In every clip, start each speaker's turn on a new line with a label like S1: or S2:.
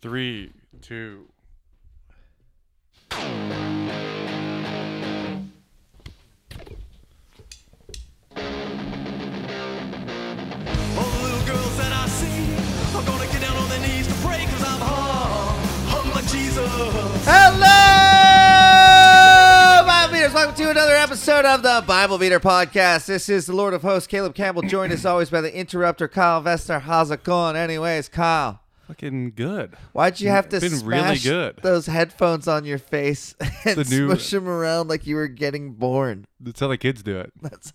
S1: Three, two.
S2: All the little girls that I see are gonna get down on their knees to pray cause I'm hung, hung like Jesus.
S3: Hello, Bible Beaters. Welcome to another episode of the Bible Beater Podcast. This is the Lord of Hosts, Caleb Campbell, joined as always by the interrupter, Kyle Vester. How's it going? Anyways, Kyle,
S1: Fucking good.
S3: why'd you have to
S1: Been really
S3: smash
S1: good.
S3: those headphones on your face and
S1: The new-
S3: smush them around like you were getting born?
S1: That's how the kids do it.
S3: That's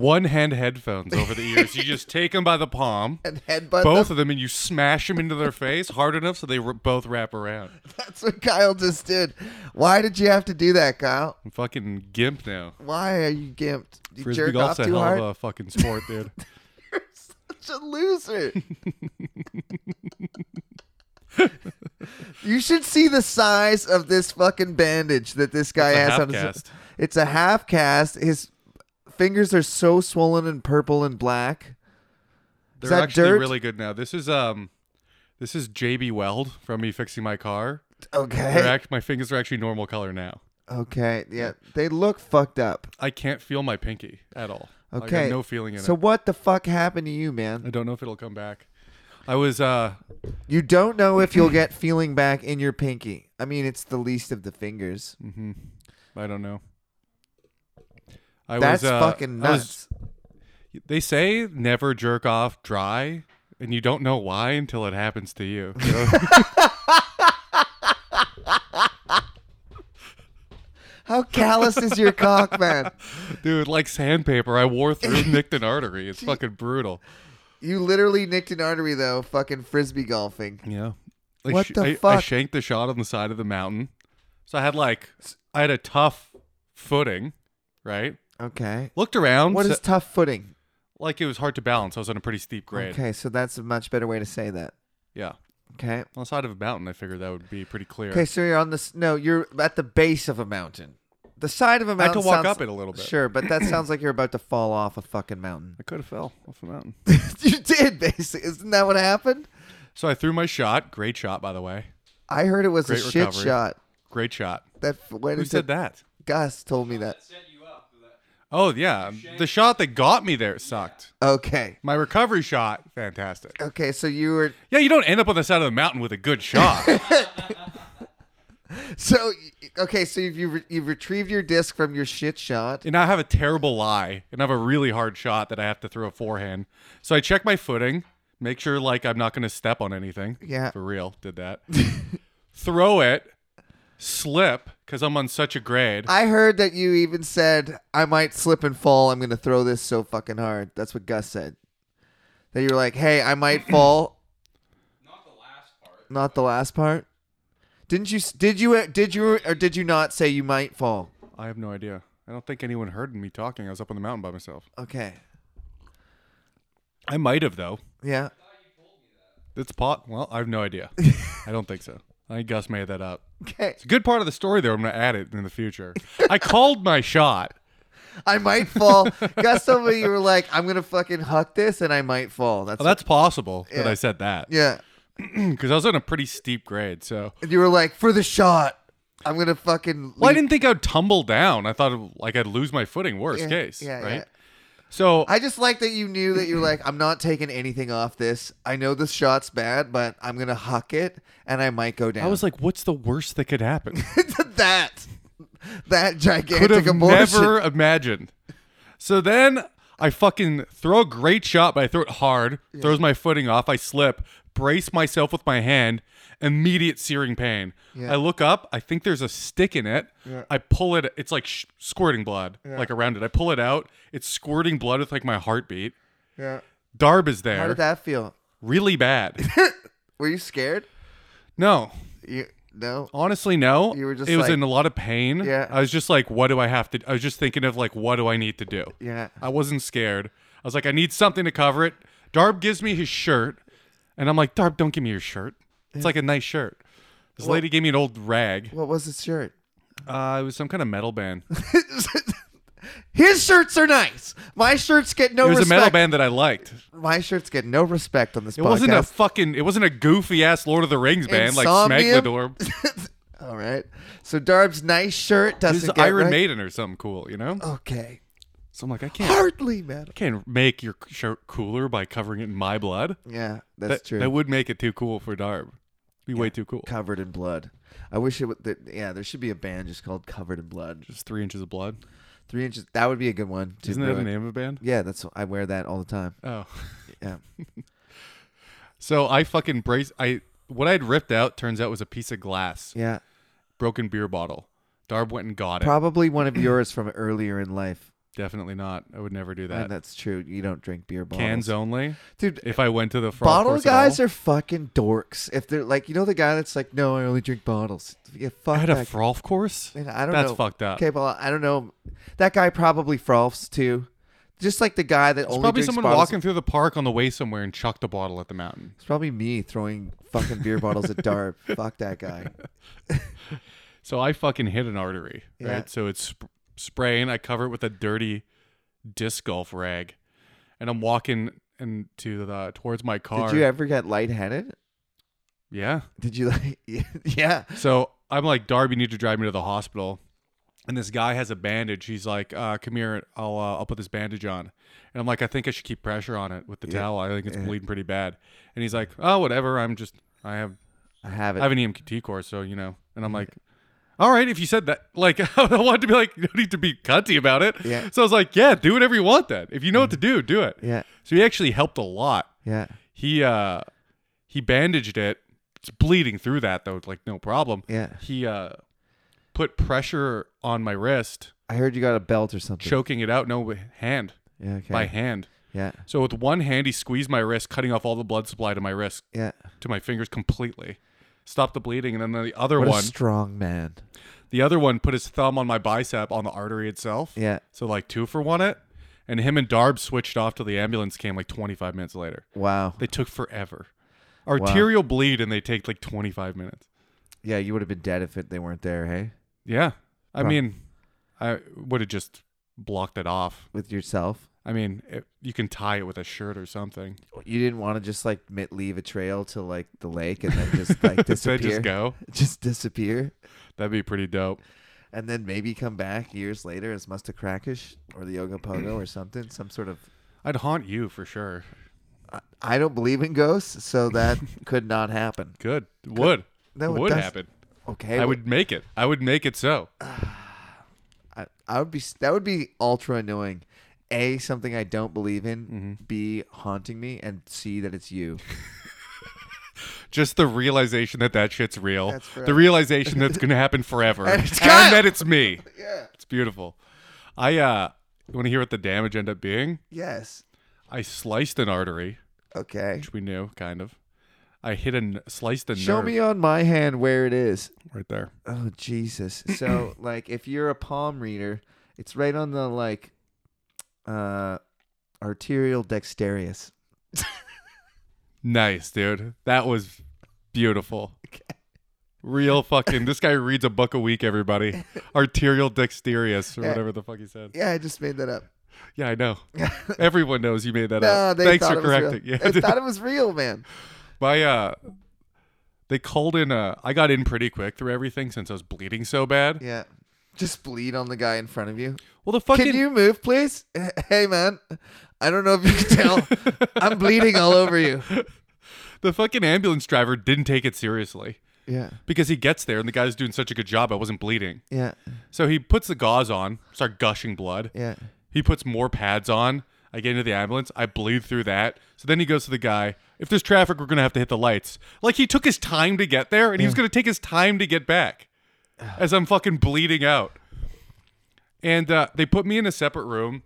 S1: One hand headphones over the ears. You just take them by the palm,
S3: and headbutt
S1: both
S3: them.
S1: of them, and you smash them into their face hard enough so they r- both wrap around.
S3: That's what Kyle just did. Why did you have to do that, Kyle?
S1: I'm fucking gimp now.
S3: Why are you gimped? You
S1: Frisbee
S3: jerk
S1: golf's
S3: off
S1: a
S3: too
S1: hell
S3: hard.
S1: of a fucking sport, dude.
S3: such a loser. you should see the size of this fucking bandage that this guy
S1: It's a
S3: has
S1: half
S3: on his.
S1: cast.
S3: It's a half cast. His fingers are so swollen and purple and black.
S1: They're
S3: that
S1: actually
S3: dirt?
S1: really good now. This is um, this is JB Weld from me fixing my car. They're
S3: Okay.
S1: act- my fingers are actually normal color now.
S3: Okay. Yeah, they look fucked up.
S1: I can't feel my pinky at all. Like, I have
S3: Okay.
S1: no feeling in
S3: So
S1: it.
S3: what the fuck happened to you,
S1: I
S3: man?
S1: don't know if it'll come back. I was uh,
S3: You don't know if you'll get feeling back in your pinky. I mean, it's the least of the fingers.
S1: I don't know. I
S3: That's
S1: was, uh,
S3: fucking
S1: I was-
S3: nuts.
S1: they say never jerk off dry, and you don't know why until it happens to you. you know?
S3: How callous is your cock, man?
S1: Dude, like sandpaper, I wore through nicked an artery. It's fucking brutal.
S3: You literally nicked an artery though, fucking frisbee golfing.
S1: Yeah. Like,
S3: What
S1: sh-
S3: the
S1: I, I
S3: fuck?
S1: shanked the shot on the side of the mountain. So I had like I had a tough footing, right?
S3: Okay.
S1: Looked around.
S3: What
S1: so-
S3: is tough footing?
S1: like it was hard to balance. I was on a pretty steep grade.
S3: Okay, so that's a much better way to say that.
S1: Yeah.
S3: Okay.
S1: On the side of a mountain, I figured that would be pretty clear.
S3: Okay, so you're on this. No, you're at the base of a mountain. The side of a
S1: had to
S3: mountain.
S1: walk
S3: sounds-
S1: up it a little bit.
S3: Sure, but that sounds like you're about to fall off a fucking mountain.
S1: I could have fell off the mountain.
S3: you did, basically. Isn't that what happened?
S1: So I threw my shot. Great shot, by the way.
S3: I heard it was
S1: Great
S3: a shit
S1: recovery.
S3: shot.
S1: Great shot.
S3: That f- went
S1: Who
S3: into-
S1: said that?
S3: Gus told me that.
S1: Oh yeah, the shot that got me there sucked.
S3: Okay.
S1: My recovery shot, fantastic.
S3: Okay, so you were
S1: Yeah, you don't end up on the side of the mountain with a good shot.
S3: so okay. So you've you've, you've retrieved your disc from your shit shot.
S1: and I have a terrible lie, and I have a really hard shot that I have to throw a forehand. So I check my footing, make sure like I'm not going to step on anything.
S3: Yeah.
S1: for real, did that. throw it, slip because I'm on such a grade.
S3: I heard that you even said, I might slip and fall. I'm going to throw this so fucking hard. That's what Gus said. That you were like, hey, I might fall. Not the last part. Not the last part. Didn't you? s- Did you? Did you? Or did you not say you might fall?
S1: I have no idea. I don't think anyone heard me talking. I was up on the mountain by myself.
S3: Okay.
S1: I might have though.
S3: Yeah.
S1: It's pot. Well, I have no idea. I don't think so. I think Gus made that up.
S3: Okay.
S1: It's a good part of the story, though. I'm going to add it in the future. I called my shot.
S3: I might fall. Gus told me you were like, I'm gonna fucking huck this, and I might fall. That's,
S1: Oh, that's possible that
S3: Yeah.
S1: I said that
S3: yeah.
S1: because I was on a pretty steep grade. So,
S3: And you were like, for the shot, I'm gonna fucking.
S1: well, I
S3: leap."
S1: didn't think I'd tumble down. I thought like I'd lose my footing. Worst
S3: Yeah,
S1: case,
S3: yeah,
S1: right?
S3: yeah.
S1: So,
S3: I just like that you knew that you're like, I'm not taking anything off this. I know this shot's bad, but I'm gonna huck it and I might go down.
S1: I was like, "What's the worst that could happen?"
S3: that that
S1: Could
S3: gigantic
S1: have
S3: abortion.
S1: never imagined. So then I fucking throw a great shot, but I throw it hard. Throws my footing off. I slip, brace myself with my hand. Immediate searing pain.
S3: Yeah.
S1: I look up. I think there's a stick in it. I pull it. It's like sh- squirting blood, like around it. I pull it out. It's squirting blood with like my heartbeat.
S3: Yeah.
S1: Darb is
S3: How
S1: there.
S3: did that feel?
S1: really bad.
S3: Were you scared?
S1: no,
S3: You no.
S1: honestly, no.
S3: You were just
S1: it was
S3: like-
S1: in a lot of pain.
S3: Yeah.
S1: I was just like, what do I have to? I was just thinking of like, what do I need to do?
S3: Yeah.
S1: I wasn't scared. I was like, I need something to cover it. Darb gives me his shirt, and I'm like, Darb, don't give me your shirt. It's like a nice shirt. This lady gave me an old rag.
S3: What was his shirt?
S1: Uh, it was some kind of metal band.
S3: His shirts are nice. My shirts get no
S1: It was a
S3: respect.
S1: metal band that I liked.
S3: My shirts get no respect on this
S1: It
S3: podcast.
S1: wasn't a fucking. It wasn't a goofy ass Lord of the Rings band like
S3: Insomnium?
S1: Smegladorm.
S3: All right. So Darb's nice
S1: It
S3: shirt
S1: was
S3: doesn't get
S1: Iron
S3: right. Uh,
S1: Maiden or something cool, you know.
S3: Okay.
S1: So I'm like, I can't.
S3: Hardly metal.
S1: Can't make your shirt cooler by covering it in my blood.
S3: Yeah, that's
S1: that,
S3: true.
S1: That would make it too cool for Darb. Be way too cool.
S3: Covered in blood. I wish it would. That, yeah, there should be a band just called Covered in Blood.
S1: Just three inches of blood.
S3: Three inches. That would be a good one. to
S1: Isn't that the
S3: ruin.
S1: name of a band?
S3: Yeah, that's. I wear that all the time.
S1: Oh.
S3: Yeah.
S1: So I fucking brace. I what I had ripped out turns out was a piece of glass,
S3: Yeah.
S1: broken beer bottle. Darb went and got it.
S3: Probably one of yours from earlier in life.
S1: Definitely not. I would never do
S3: And
S1: that.
S3: that's true. You don't drink beer bottles.
S1: Cans only.
S3: Dude,
S1: If I went to the frog
S3: bottle guys are fucking dorks. If they're like, you know, the guy that's like, no, I only drink bottles. Yeah, fuck
S1: at
S3: that.
S1: a froth course.
S3: Man, I don't
S1: That's
S3: know.
S1: fucked up.
S3: Okay, well, I don't know. That guy probably froths too. Just like the guy that
S1: It's
S3: only
S1: probably
S3: drinks
S1: someone
S3: bottles.
S1: walking through the park on the way somewhere and chucked a bottle at the mountain.
S3: It's probably me throwing fucking beer bottles at Darb. Fuck that guy.
S1: So I fucking hit an artery,
S3: Yeah.
S1: right? So it's sp- sprain. I cover it with a dirty disc golf rag, and I'm walking into the towards my car.
S3: Did you ever get lightheaded?
S1: yeah.
S3: Did you like? yeah.
S1: So I'm like, Darby, you need to drive me to the hospital. And this guy has a bandage. He's like, uh, "Come here, I'll uh, I'll put this bandage on." And I'm like, "I think I should keep pressure on it with the towel. I think it's bleeding pretty bad." And he's like, "Oh, whatever. I'm just I have
S3: I have it.
S1: I have an E EMT course, so you know." And I'm like, "All right, if you said that, like, I wanted to be like, you don't need to be cunty about it."
S3: Yeah. Mm-hmm.
S1: So I was like, "Yeah, do whatever you want. Then, if you know what to do, do it."
S3: Yeah.
S1: So he actually helped a lot.
S3: Yeah.
S1: He uh he bandaged it. It's bleeding through that though, like no problem.
S3: Yeah.
S1: He uh put pressure on my wrist,
S3: I heard you got a belt or something.
S1: choking it out. No with hand.
S3: Yeah. Okay.
S1: By hand.
S3: Yeah.
S1: So with one hand he squeezed my wrist, cutting off all the blood supply to my wrist
S3: Yeah.
S1: to my fingers completely. Stopped the bleeding, and then the other
S3: What a
S1: one
S3: strong man.
S1: the other one put his thumb on my bicep on the artery itself.
S3: Yeah.
S1: So like two for one it. And him and Darb switched off till the ambulance came like twenty five minutes later.
S3: Wow.
S1: They took forever. Arterial bleed and they take like 25 minutes.
S3: Yeah, you would have been dead if it, they weren't there. Hey,
S1: Yeah. I
S3: Wow.
S1: mean, I would have just blocked it off.
S3: with yourself,
S1: I mean, it, you can tie it with a shirt or something.
S3: you didn't want to just like mi- leave a trail to like the lake and then just like
S1: Then
S3: disappear.
S1: just go.
S3: Just disappear.
S1: That'd be pretty dope.
S3: and then maybe come back years later as Musta Krakish or the Yoga Pogo or something, some sort of.
S1: I'd haunt you for sure.
S3: I don't believe in ghosts, so that could not happen.
S1: Good. Would.
S3: No, it
S1: would
S3: does-
S1: happen.
S3: Okay,
S1: I would make it. I would make it so.
S3: I, I would be. That would be ultra annoying. A something I don't believe in.
S1: Mm-hmm.
S3: B haunting me, and C that it's you.
S1: Just the realization that that shit's real.
S3: That's forever.
S1: the realization that's going to happen forever.
S3: And it's Kyle!
S1: and that it's me.
S3: Yeah.
S1: It's beautiful. I uh want to hear what the damage ended up being.
S3: Yes.
S1: I sliced an artery.
S3: Okay.
S1: which we knew kind of. I hit and sliced the
S3: Show
S1: nerve
S3: me on my hand where it is.
S1: right there.
S3: Oh Jesus! So like, if you're a palm reader, it's right on the like, uh, arterial dexterous.
S1: Nice, dude. That was beautiful. Real fucking. This guy reads a book a week. Everybody, arterial dexterous or whatever the fuck he said.
S3: Yeah, I just made that up.
S1: Yeah, I know. Everyone knows you made that
S3: No,
S1: up.
S3: they
S1: Thanks
S3: thought
S1: for
S3: it was real.
S1: correcting. Yeah,
S3: they
S1: dude.
S3: thought it was real, man.
S1: my uh, they called in. Uh, I got in pretty quick through everything since I was bleeding so bad.
S3: Yeah, just bleed on the guy in front of you.
S1: Well, the fucking
S3: Can you move, please? Hey, man, I don't know if you can tell, I'm bleeding all over you.
S1: the fucking ambulance driver didn't take it seriously
S3: Yeah,
S1: because he gets there and the guy's doing such a good job. I wasn't bleeding.
S3: yeah,
S1: So he puts the gauze on, start gushing blood.
S3: yeah.
S1: He puts more pads on. I get into the ambulance. I bleed through that. So then he goes to the guy. If there's traffic, we're gonna have to hit the lights. Like he took his time to get there, and he was gonna take his time to get back. As I'm fucking bleeding out, and uh, they put me in a separate room.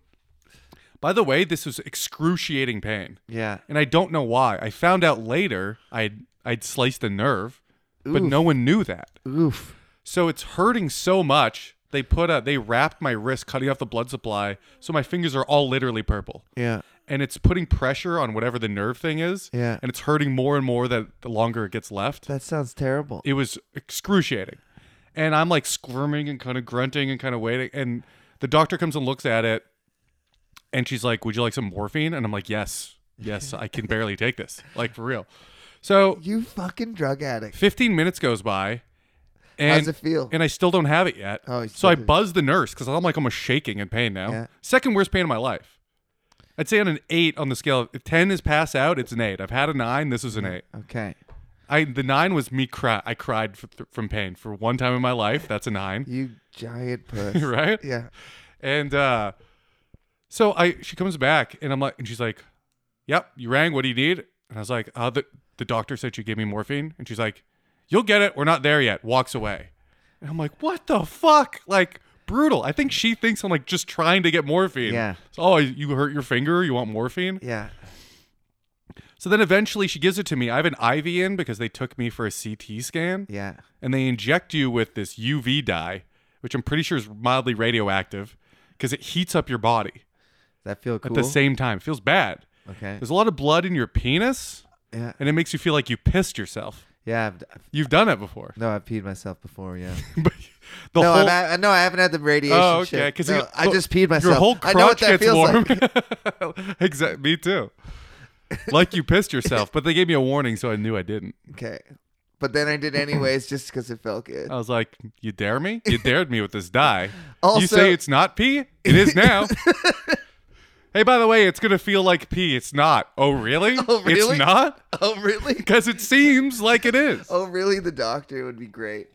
S1: By the way, this was excruciating pain,
S3: Yeah.
S1: and I don't know why. I found out later I'd I'd sliced a nerve, but no one knew that.
S3: Oof.
S1: So it's hurting so much. They put a they wrapped my wrist, cutting off the blood supply, so my fingers are all literally purple.
S3: Yeah.
S1: And it's putting pressure on whatever the nerve thing is.
S3: Yeah.
S1: And it's hurting more and more that the longer it gets left.
S3: That sounds terrible.
S1: It was excruciating. And I'm like squirming and kind of grunting and kind of waiting. And The doctor comes and looks at it, and she's like, "Would you like some morphine?" And I'm like, "Yes, yes, I can barely take this, like for real." So
S3: You fucking drug addict.
S1: 15 minutes goes by. And,
S3: it feel?
S1: And I still don't have it yet.
S3: Oh, you
S1: so I
S3: still do.
S1: buzzed the nurse because I'm like almost shaking in pain now.
S3: Yeah.
S1: Second worst pain of my life. I'd say on an eight on the scale. If ten is pass out, it's an eight. I've had a nine. This is an eight.
S3: Okay.
S1: I the nine was me cry. I cried f- th- from pain for one time in my life. That's a nine,
S3: You giant puss.
S1: right?
S3: Yeah.
S1: And uh, so I she comes back and I'm like and she's like, "Yep, you rang. What do you need?" And I was like, "Uh, the the doctor said you gave me morphine." And she's like, "You'll get it. We're not there yet." Walks away. And I'm like, "What the fuck?" Like brutal. I think she thinks I'm like just trying to get morphine.
S3: Yeah.
S1: So, oh, you hurt your finger. You want morphine?
S3: Yeah.
S1: So then eventually she gives it to me. I have an IV in because they took me for a CT scan.
S3: Yeah.
S1: and they inject you with this UV dye, which I'm pretty sure is mildly radioactive because it heats up your body
S3: That feel cool.
S1: at the same time. It feels bad.
S3: Okay.
S1: There's a lot of blood in your penis,
S3: Yeah.
S1: and it makes you feel like you pissed yourself.
S3: Yeah. I've, I've-
S1: You've done it before.
S3: no, I've peed myself before. Yeah.
S1: But the
S3: no,
S1: whole,
S3: I'm at, no, I haven't had the radiation.
S1: oh, okay,
S3: shit.
S1: because
S3: No, I just peed myself.
S1: Your whole
S3: I
S1: crotch
S3: know what that
S1: gets
S3: feels
S1: warm.
S3: like.
S1: exactly. Me too. Like you pissed yourself, but they gave me a warning, so I knew I didn't.
S3: Okay. But then I did anyways, just because it felt good.
S1: I was like, "You dare me? You dared me with this dye.
S3: Also-
S1: you say it's not pee? It is now." hey, by the way, it's gonna feel like pee. It's not. Oh, really?
S3: Oh, really?
S1: It's not
S3: Oh, really?
S1: because it seems like it is.
S3: Oh, really? The doctor would be great.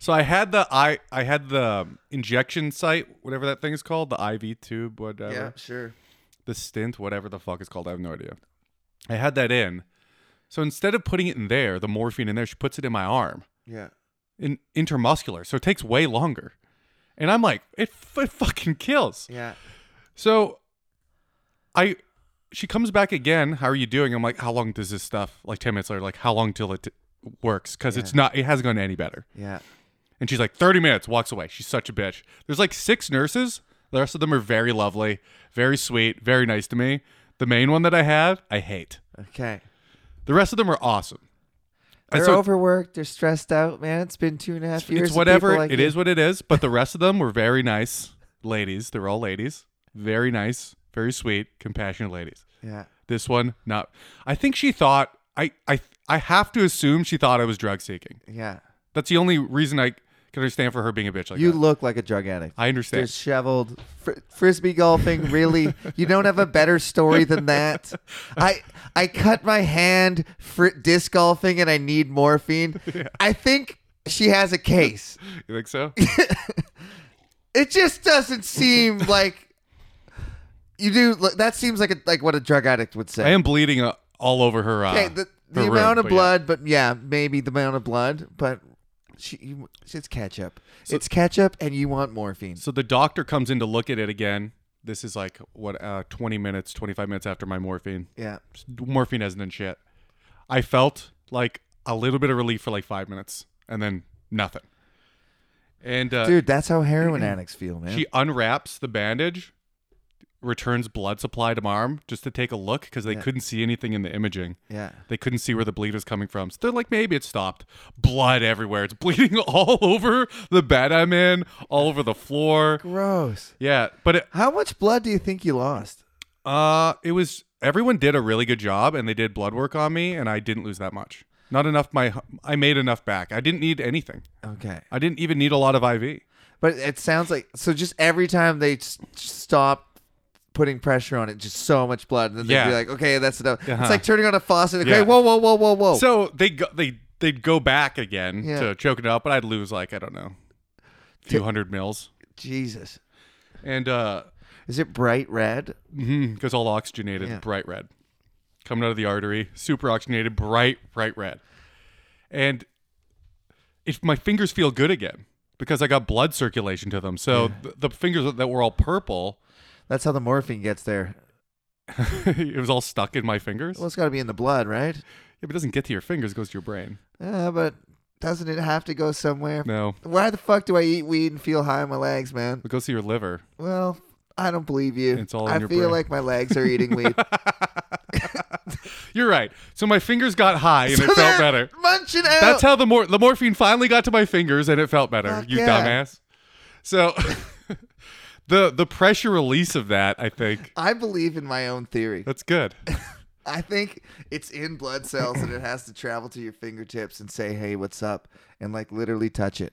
S1: So I had the I I had the injection site, whatever that thing is called, the IV tube, whatever.
S3: Yeah, sure.
S1: the stint, whatever the fuck it's called. I have no idea. I had that in. So instead of putting it in there, the morphine in there, she puts it in my arm.
S3: Yeah.
S1: in intermuscular, so it takes way longer. And I'm like, it, f- it fucking kills.
S3: Yeah.
S1: So I, she comes back again. How are you doing? I'm like, how long does this stuff? Like ten minutes later, like how long till it t- works? Because it's not, it hasn't gone any better.
S3: Yeah.
S1: And she's like, thirty minutes. Walks away. She's such a bitch. There's like six nurses. The rest of them are very lovely, very sweet, very nice to me. The main one that I had, I hate.
S3: Okay.
S1: The rest of them are awesome. And
S3: They're
S1: so-
S3: overworked. They're stressed out, man. It's been two and a half years.
S1: It's whatever. it is what it is. But the rest of them were very nice ladies. They're all ladies. Very nice, very sweet, compassionate ladies.
S3: Yeah.
S1: This one, not. I think she thought. I I I have to assume she thought I was drug seeking.
S3: Yeah.
S1: That's the only reason I can understand for her being a bitch like
S3: You
S1: that.
S3: look like a drug addict.
S1: I understand.
S3: disheveled, fr- frisbee golfing. Really, you don't have a better story than that. I I cut my hand fr- disc golfing, and I need morphine. I think she has a case.
S1: You think so?
S3: It just doesn't seem like you do. look, That seems like a, like what a drug addict would say.
S1: I am bleeding uh, all over her. Uh,
S3: okay, the, the
S1: her room,
S3: amount of
S1: but yeah.
S3: blood, but yeah, maybe the amount of blood, but. She, you, it's ketchup. it's ketchup, and you want morphine.
S1: So the doctor comes in to look at it again. This is like what uh, twenty minutes, twenty five minutes after my morphine.
S3: yeah,
S1: morphine hasn't done shit. I felt like a little bit of relief for like five minutes, and then nothing. And uh,
S3: dude, that's how heroin addicts feel, man.
S1: she unwraps the bandage, returns blood supply to my arm just to take a look because they couldn't see anything in the imaging.
S3: yeah,
S1: They couldn't see where the bleed was coming from. So they're like, maybe it stopped. Blood everywhere. It's bleeding all over the bed I'm in, all over the floor.
S3: Gross.
S1: Yeah, but it,
S3: How much blood do you think you lost?
S1: Uh, it was everyone did a really good job, and they did blood work on me, and I didn't lose that much. Not enough. My I made enough back. I didn't need anything.
S3: Okay.
S1: I didn't even need a lot of IV.
S3: But it sounds like so just every time they s- stop putting pressure on it, just so much blood. And then
S1: Yeah.
S3: they'd be like, okay, that's enough. It's
S1: Uh-huh.
S3: like turning on a faucet. Like,
S1: Yeah.
S3: hey, whoa, whoa, whoa, whoa, whoa.
S1: So they go, they they'd go back again
S3: Oh. Yeah.
S1: to choke it up, but I'd lose like I don't know, a few hundred mils,
S3: Jesus.
S1: and uh,
S3: Is it bright red?
S1: because Mm-hmm. all oxygenated,
S3: Yeah.
S1: bright red, coming out of the artery, super oxygenated, bright bright red, and if my fingers feel good again because I got blood circulation to them. So th- the fingers that were all purple.
S3: That's how the morphine gets there.
S1: it was all stuck in my fingers.
S3: Well, it's got to be in the blood, right?
S1: Yeah, but it doesn't get to your fingers; it goes to your brain.
S3: Yeah, but doesn't it have to go somewhere?
S1: No,
S3: Why the fuck do I eat weed and feel high on my legs, man?
S1: it goes to your liver.
S3: Well, I don't believe you.
S1: It's all
S3: I
S1: in your
S3: feel
S1: brain.
S3: like my legs are eating weed.
S1: You're right. So my fingers got high and
S3: So
S1: it felt
S3: they're
S1: better.
S3: Munching out.
S1: That's how the mor- the morphine finally got to my fingers and it felt better.
S3: Oh. Fuck
S1: you
S3: yeah.
S1: dumbass. So the the pressure release of that, I think
S3: I believe in my own theory.
S1: that's good.
S3: I think it's in blood cells and it has to travel to your fingertips and say, "Hey, what's up?" and like literally touch it.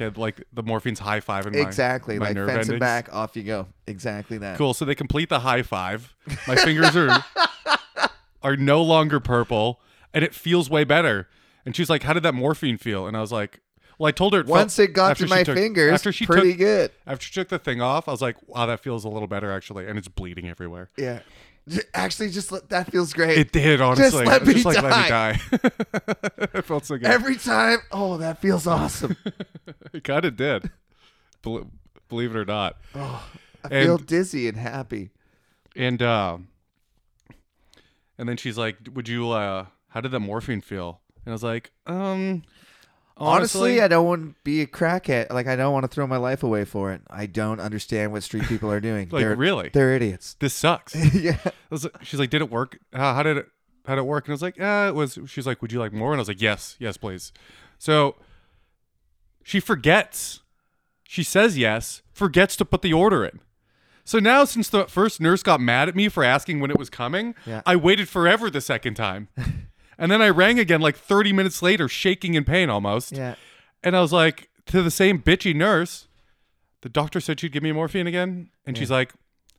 S1: Okay, like the morphine's high five and
S3: exactly,
S1: my
S3: like
S1: nerve
S3: fence
S1: endings.
S3: it back, off you go. Exactly that.
S1: Cool. So they complete the high five. My fingers are are no longer purple, and it feels way better. And she's like, "How did that morphine feel?" And I was like, "Well, I told her it felt-
S3: Once it got
S1: after
S3: to
S1: she
S3: my
S1: took-
S3: fingers,
S1: After she
S3: pretty
S1: took,
S3: good.
S1: after she took the thing off, I was like, "Wow, that feels a little better actually," and it's bleeding everywhere.
S3: Yeah. J- Actually, just let, that feels great.
S1: It did honestly.
S3: let
S1: It was
S3: me
S1: like, Let me die. it felt so good.
S3: Every time, oh, that feels awesome.
S1: it kind of did. Bel believe it or not.
S3: I
S1: And-
S3: feel dizzy and happy.
S1: And uh, and then she's like, "Would you? uh How did the morphine feel?" And I was like, "Um,
S3: Honestly,
S1: honestly,
S3: I don't want to be a crackhead. Like, I don't want to throw my life away for it. I don't understand what street people are doing.
S1: Like,
S3: they're,
S1: really?
S3: They're idiots.
S1: this sucks." I
S3: yeah.
S1: was like- she's like, "Did it work? How, how did it? How did it work?" And I was like, "Uh, it was." She's like, "Would you like more?" And I was like, "Yes, yes, please." So she forgets. She says yes, forgets to put the order in. So now, since the first nurse got mad at me for asking when it was coming,
S3: Yeah.
S1: I waited forever the second time. and then I rang again like 30 minutes later, shaking in pain almost.
S3: Yeah.
S1: And I was like, to the same bitchy nurse, the doctor said she'd give me morphine again. And she's like,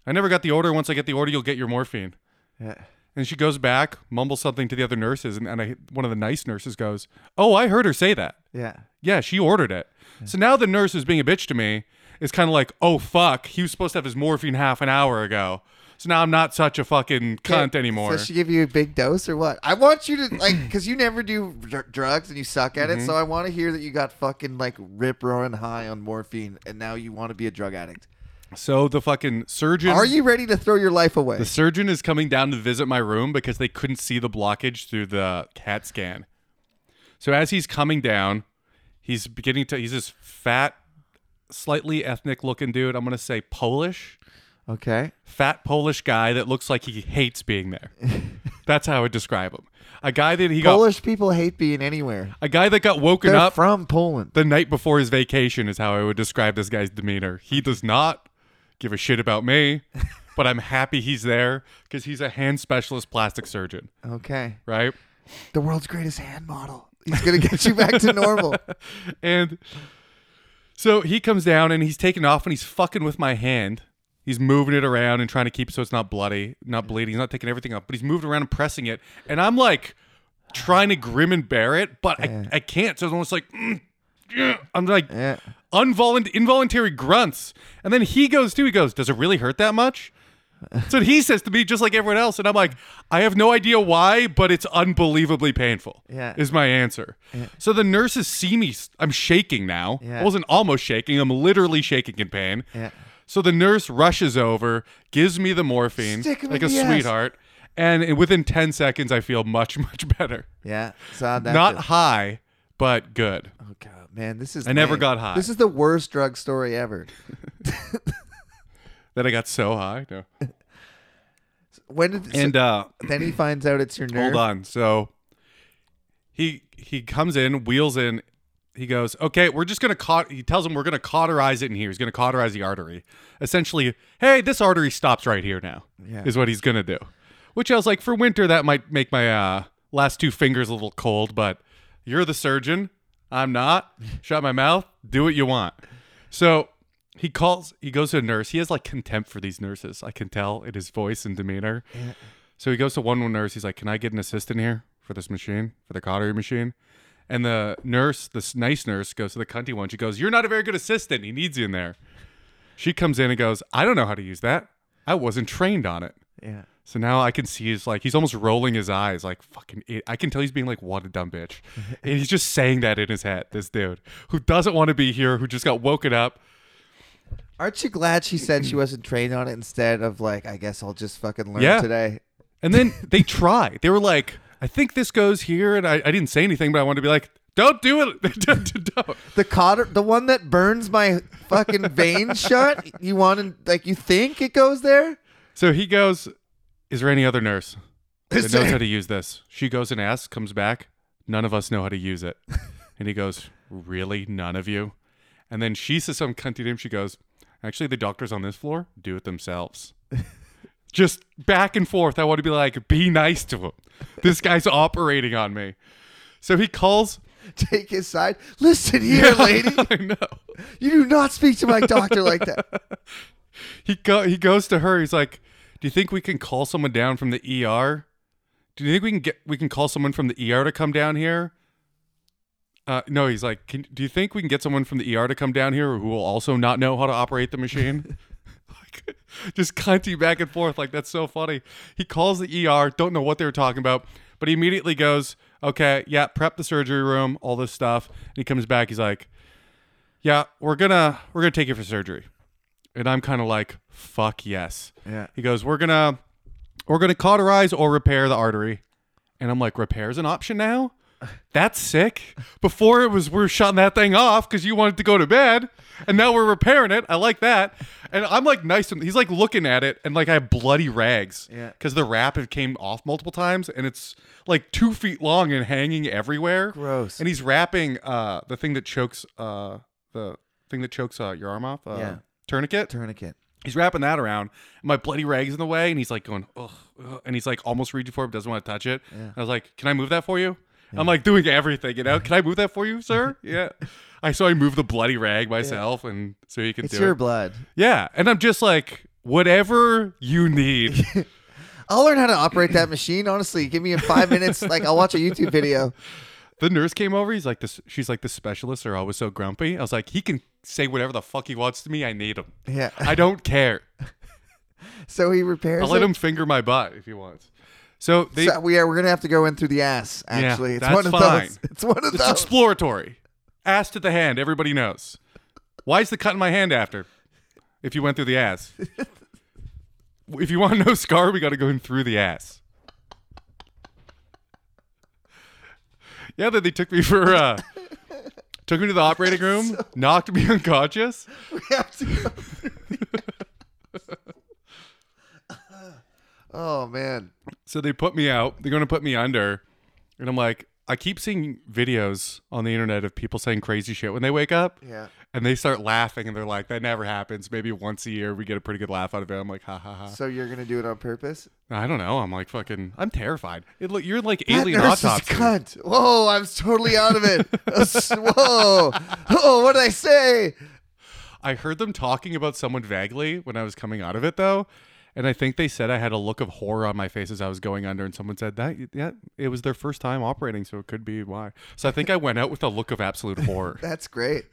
S1: I never got the order. Once I get the order, you'll get your morphine.
S3: Yeah.
S1: And she goes back, mumbles something to the other nurses. And, and I, one of the nice nurses goes, Oh, I heard her say that.
S3: Yeah.
S1: Yeah, she ordered it. So now the nurse who's being a bitch to me is kind of like, oh fuck, he was supposed to have his morphine half an hour ago. So now I'm not such a fucking cunt anymore.
S3: Does she give you a big dose or what? I want you to like, because you never do dr- drugs and you suck at
S1: Mm-hmm.
S3: it. So I want to hear that you got fucking like rip roaring high on morphine, and now you want to be a drug addict.
S1: so the fucking surgeon,
S3: Are you ready to throw your life away?
S1: the surgeon is coming down to visit my room because they couldn't see the blockage through the CAT scan. So as he's coming down, he's beginning to. He's this fat, slightly ethnic looking dude. I'm gonna say Polish.
S3: okay.
S1: fat Polish guy that looks like he hates being there. That's how I would describe him. A guy that he got,
S3: Polish people hate being anywhere.
S1: a guy that got woken
S3: They're
S1: up
S3: from Poland.
S1: the night before his vacation is how I would describe this guy's demeanor. He does not give a shit about me, but I'm happy he's there because he's a hand specialist plastic surgeon,
S3: Okay.
S1: right?
S3: The world's greatest hand model. He's gonna get you back to normal.
S1: And so he comes down and he's taking off and he's fucking with my hand. He's moving it around and trying to keep it so it's not bloody, not bleeding. He's not taking everything off, but he's moving around and pressing it. And I'm like trying to grim and bear it, but I, I can't. So it's almost like "Mm, yeah." I'm like
S3: Yeah.
S1: unvolun- involuntary grunts. And then he goes too. He goes, "Does it really hurt that much?" So he says to me, just like everyone else, and I'm like, I have no idea why, but it's unbelievably painful.
S3: Yeah.
S1: is my answer. So the nurses see me. s- I'm shaking now.
S3: Yeah.
S1: I wasn't almost shaking. I'm literally shaking in pain.
S3: Yeah.
S1: So the nurse rushes over, gives me the morphine
S3: Stick 'em
S1: like a
S3: in the ass.
S1: sweetheart, and within ten seconds, I feel much much better.
S3: Yeah. Saw that.
S1: Not
S3: too.
S1: high, but good.
S3: Oh god, man, this is.
S1: I never
S3: lame.
S1: got high.
S3: This is the worst drug story ever.
S1: That I got so high. No.
S3: When did
S1: And uh,
S3: then he finds out it's your nerve?
S1: Hold on. So he he comes in, wheels in. He goes, okay, we're just gonna caught. He tells him we're gonna cauterize it in here. He's gonna cauterize the artery. Essentially, hey, this artery stops right here now.
S3: Yeah.
S1: Is what he's gonna do. Which I was like, for winter, that might make my uh, last two fingers a little cold. But you're the surgeon. I'm not. Shut my mouth. Do what you want. So he calls. He goes to a nurse. He has like contempt for these nurses. I can tell in his voice and demeanor. So he goes to one nurse. He's like, "Can I get an assistant here for this machine, for the cautery machine?" And the nurse, this nice nurse, goes to the cunty one. She goes, "You're not a very good assistant. He needs you in there." She comes in and goes, "I don't know how to use that. I wasn't trained on it."
S3: Yeah.
S1: So now I can see he's like he's almost rolling his eyes, like fucking. It. I can tell he's being like, "What a dumb bitch," and he's just saying that in his head. This dude who doesn't want to be here, who just got woken up.
S3: Aren't you glad she said she wasn't trained on it instead of like, I guess I'll just fucking learn
S1: Yeah.
S3: today?
S1: And then they try. They were like, I think this goes here. And I, I didn't say anything, but I wanted to be like, don't do it. Don't- don't.
S3: The cotter, the one that burns my fucking vein shut. You want to like you think it goes there?
S1: So he goes, Is there any other nurse? that knows how to use this. She goes and asks, comes back. None of us know how to use it. And he goes, Really? None of you? And then she says some cunty to him. She goes, Actually, the doctors on this floor do it themselves. Just back and forth. I want to be like, Be nice to him. This guy's operating on me. So he calls.
S3: Take his side. Listen here, lady.
S1: I know.
S3: You do not speak to my doctor like that.
S1: he go he goes to her. He's like, "Do you think we can call someone down from the ER? Do you think we can get we can call someone from the ER to come down here?" Uh, no, he's like, can, "Do you think we can get someone from the ER to come down here who will also not know how to operate the machine?" like, just cunty back and forth. Like that's so funny. He calls the ER. Don't know what they were talking about, but he immediately goes, "Okay, yeah, prep the surgery room, all this stuff." And he comes back. He's like, "Yeah, we're gonna we're gonna take you for surgery." and I'm kind of like, "Fuck yes."
S3: Yeah.
S1: He goes, "We're gonna, we're gonna cauterize or repair the artery," and I'm like, "Repair's an option now." That's sick. Before it was we're shutting that thing off because you wanted to go to bed, and now we're repairing it. I like that, and I'm like nice. And he's like looking at it, and like I have bloody rags,
S3: Yeah.
S1: because the wrap had came off multiple times, and it's like two feet long and hanging everywhere.
S3: Gross.
S1: And he's wrapping uh the thing that chokes uh the thing that chokes uh, your arm off. Uh,
S3: Yeah.
S1: Tourniquet.
S3: Tourniquet.
S1: He's wrapping that around. and My bloody rag's in the way, and he's like going, ugh, ugh," and he's like almost reaching for it, but doesn't want to touch it. I was like, "Can I move that for you?" I'm like doing everything, you know. Can I move that for you, sir? yeah. I so I move the bloody rag myself, and so you can
S3: It's
S1: do
S3: your
S1: it.
S3: blood.
S1: yeah, and I'm just like, whatever you need.
S3: I'll learn how to operate that machine. Honestly, give me in five minutes. Like I'll watch a YouTube video.
S1: the nurse came over. He's like, this. She's like, the specialists are always so grumpy. I was like, he can say whatever the fuck he wants to me. I need him.
S3: Yeah.
S1: I don't care.
S3: So he repairs.
S1: I'll let
S3: it.
S1: him finger my butt if he wants. So they.
S3: So we are. We're gonna have to go in through the ass. Actually, it's
S1: that's
S3: one of those.
S1: fine.
S3: It's one of
S1: It's
S3: those.
S1: exploratory. Ass to the hand. Everybody knows. Why's the cut in my hand after? If you went through the ass. if you want no scar, we got to go in through the ass. Yeah, then they took me for uh, took me to the operating room, knocked me unconscious.
S3: we have to go through the- oh man.
S1: So they put me out. They're going to put me under. And I'm like, I keep seeing videos on the internet of people saying crazy shit when they wake up.
S3: Yeah.
S1: And they start laughing and they're like, that never happens. Maybe once a year we get a pretty good laugh out of it. I'm like, ha ha ha.
S3: So you're gonna do it on purpose?
S1: I don't know. I'm like, fucking, I'm terrified. It, look, you're like
S3: That
S1: alien
S3: nurse is a
S1: autopsy.
S3: cunt. Whoa, I was totally out of it. Whoa. Oh, what did I say?
S1: I heard them talking about someone vaguely when I was coming out of it though. And I think they said I had a look of horror on my face as I was going under, and someone said that yeah, it was their first time operating, so it could be why. So I think I went out with a look of absolute horror.
S3: That's great.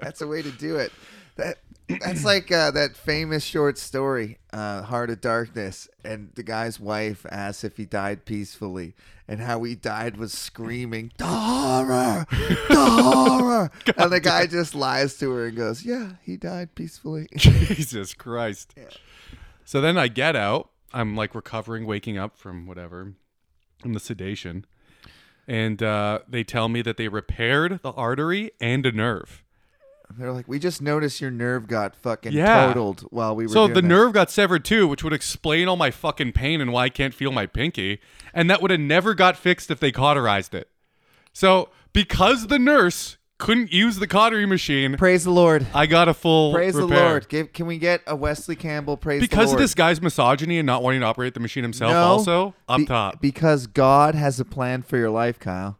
S3: That's a way to do it. That that's like uh, that famous short story, uh, "Heart of Darkness," and the guy's wife asks if he died peacefully, and how he died was screaming, "The horror, the horror," and the guy just lies to her and goes, "Yeah, he died peacefully."
S1: Jesus Christ. So then I get out. I'm like recovering, waking up from whatever, from the sedation. And uh, they tell me that they repaired the artery and a nerve.
S3: They're like, "We just noticed your nerve got fucking
S1: Yeah.
S3: totaled while we were."
S1: So
S3: doing
S1: the
S3: that."
S1: nerve got severed too, which would explain all my fucking pain and why I can't feel my pinky. And that would have never got fixed if they cauterized it. So because the nurse couldn't use the cautery machine,
S3: Praise the Lord.
S1: I got a full
S3: Praise the
S1: repair.
S3: Lord. Give, can we get a Wesley Campbell? Praise
S1: Because
S3: the
S1: of
S3: Lord.
S1: this guy's misogyny and not wanting to operate the machine himself, also up
S3: be-
S1: top.
S3: Because God has a plan for your life, Kyle.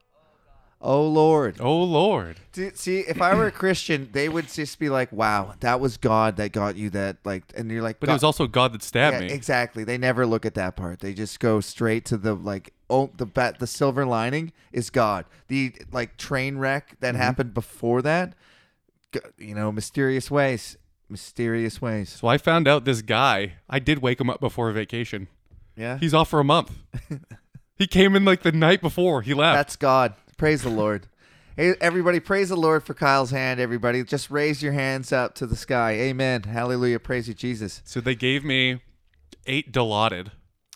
S3: Oh Lord.
S1: Oh Lord.
S3: D- See, if I were a Christian, they would just be like, "Wow, that was God that got you that." Like, and you're like,
S1: But
S3: "God-"
S1: it was also God that
S3: Yeah,
S1: stabbed me.
S3: exactly. They never look at that part. They just go straight to the like, oh, the bat, the silver lining is God. The like train wreck that happened before that, g- you know, mysterious ways, mysterious ways.
S1: so I found out this guy, I did wake him up before vacation.
S3: Yeah,
S1: He's off for a month. he came in like the night before he left.
S3: That's God. Praise the Lord. Hey, everybody, praise the Lord for Kyle's hand, everybody. Just raise your hands up to the sky. Amen. Hallelujah. Praise you, Jesus.
S1: so they gave me eight Dilaudid.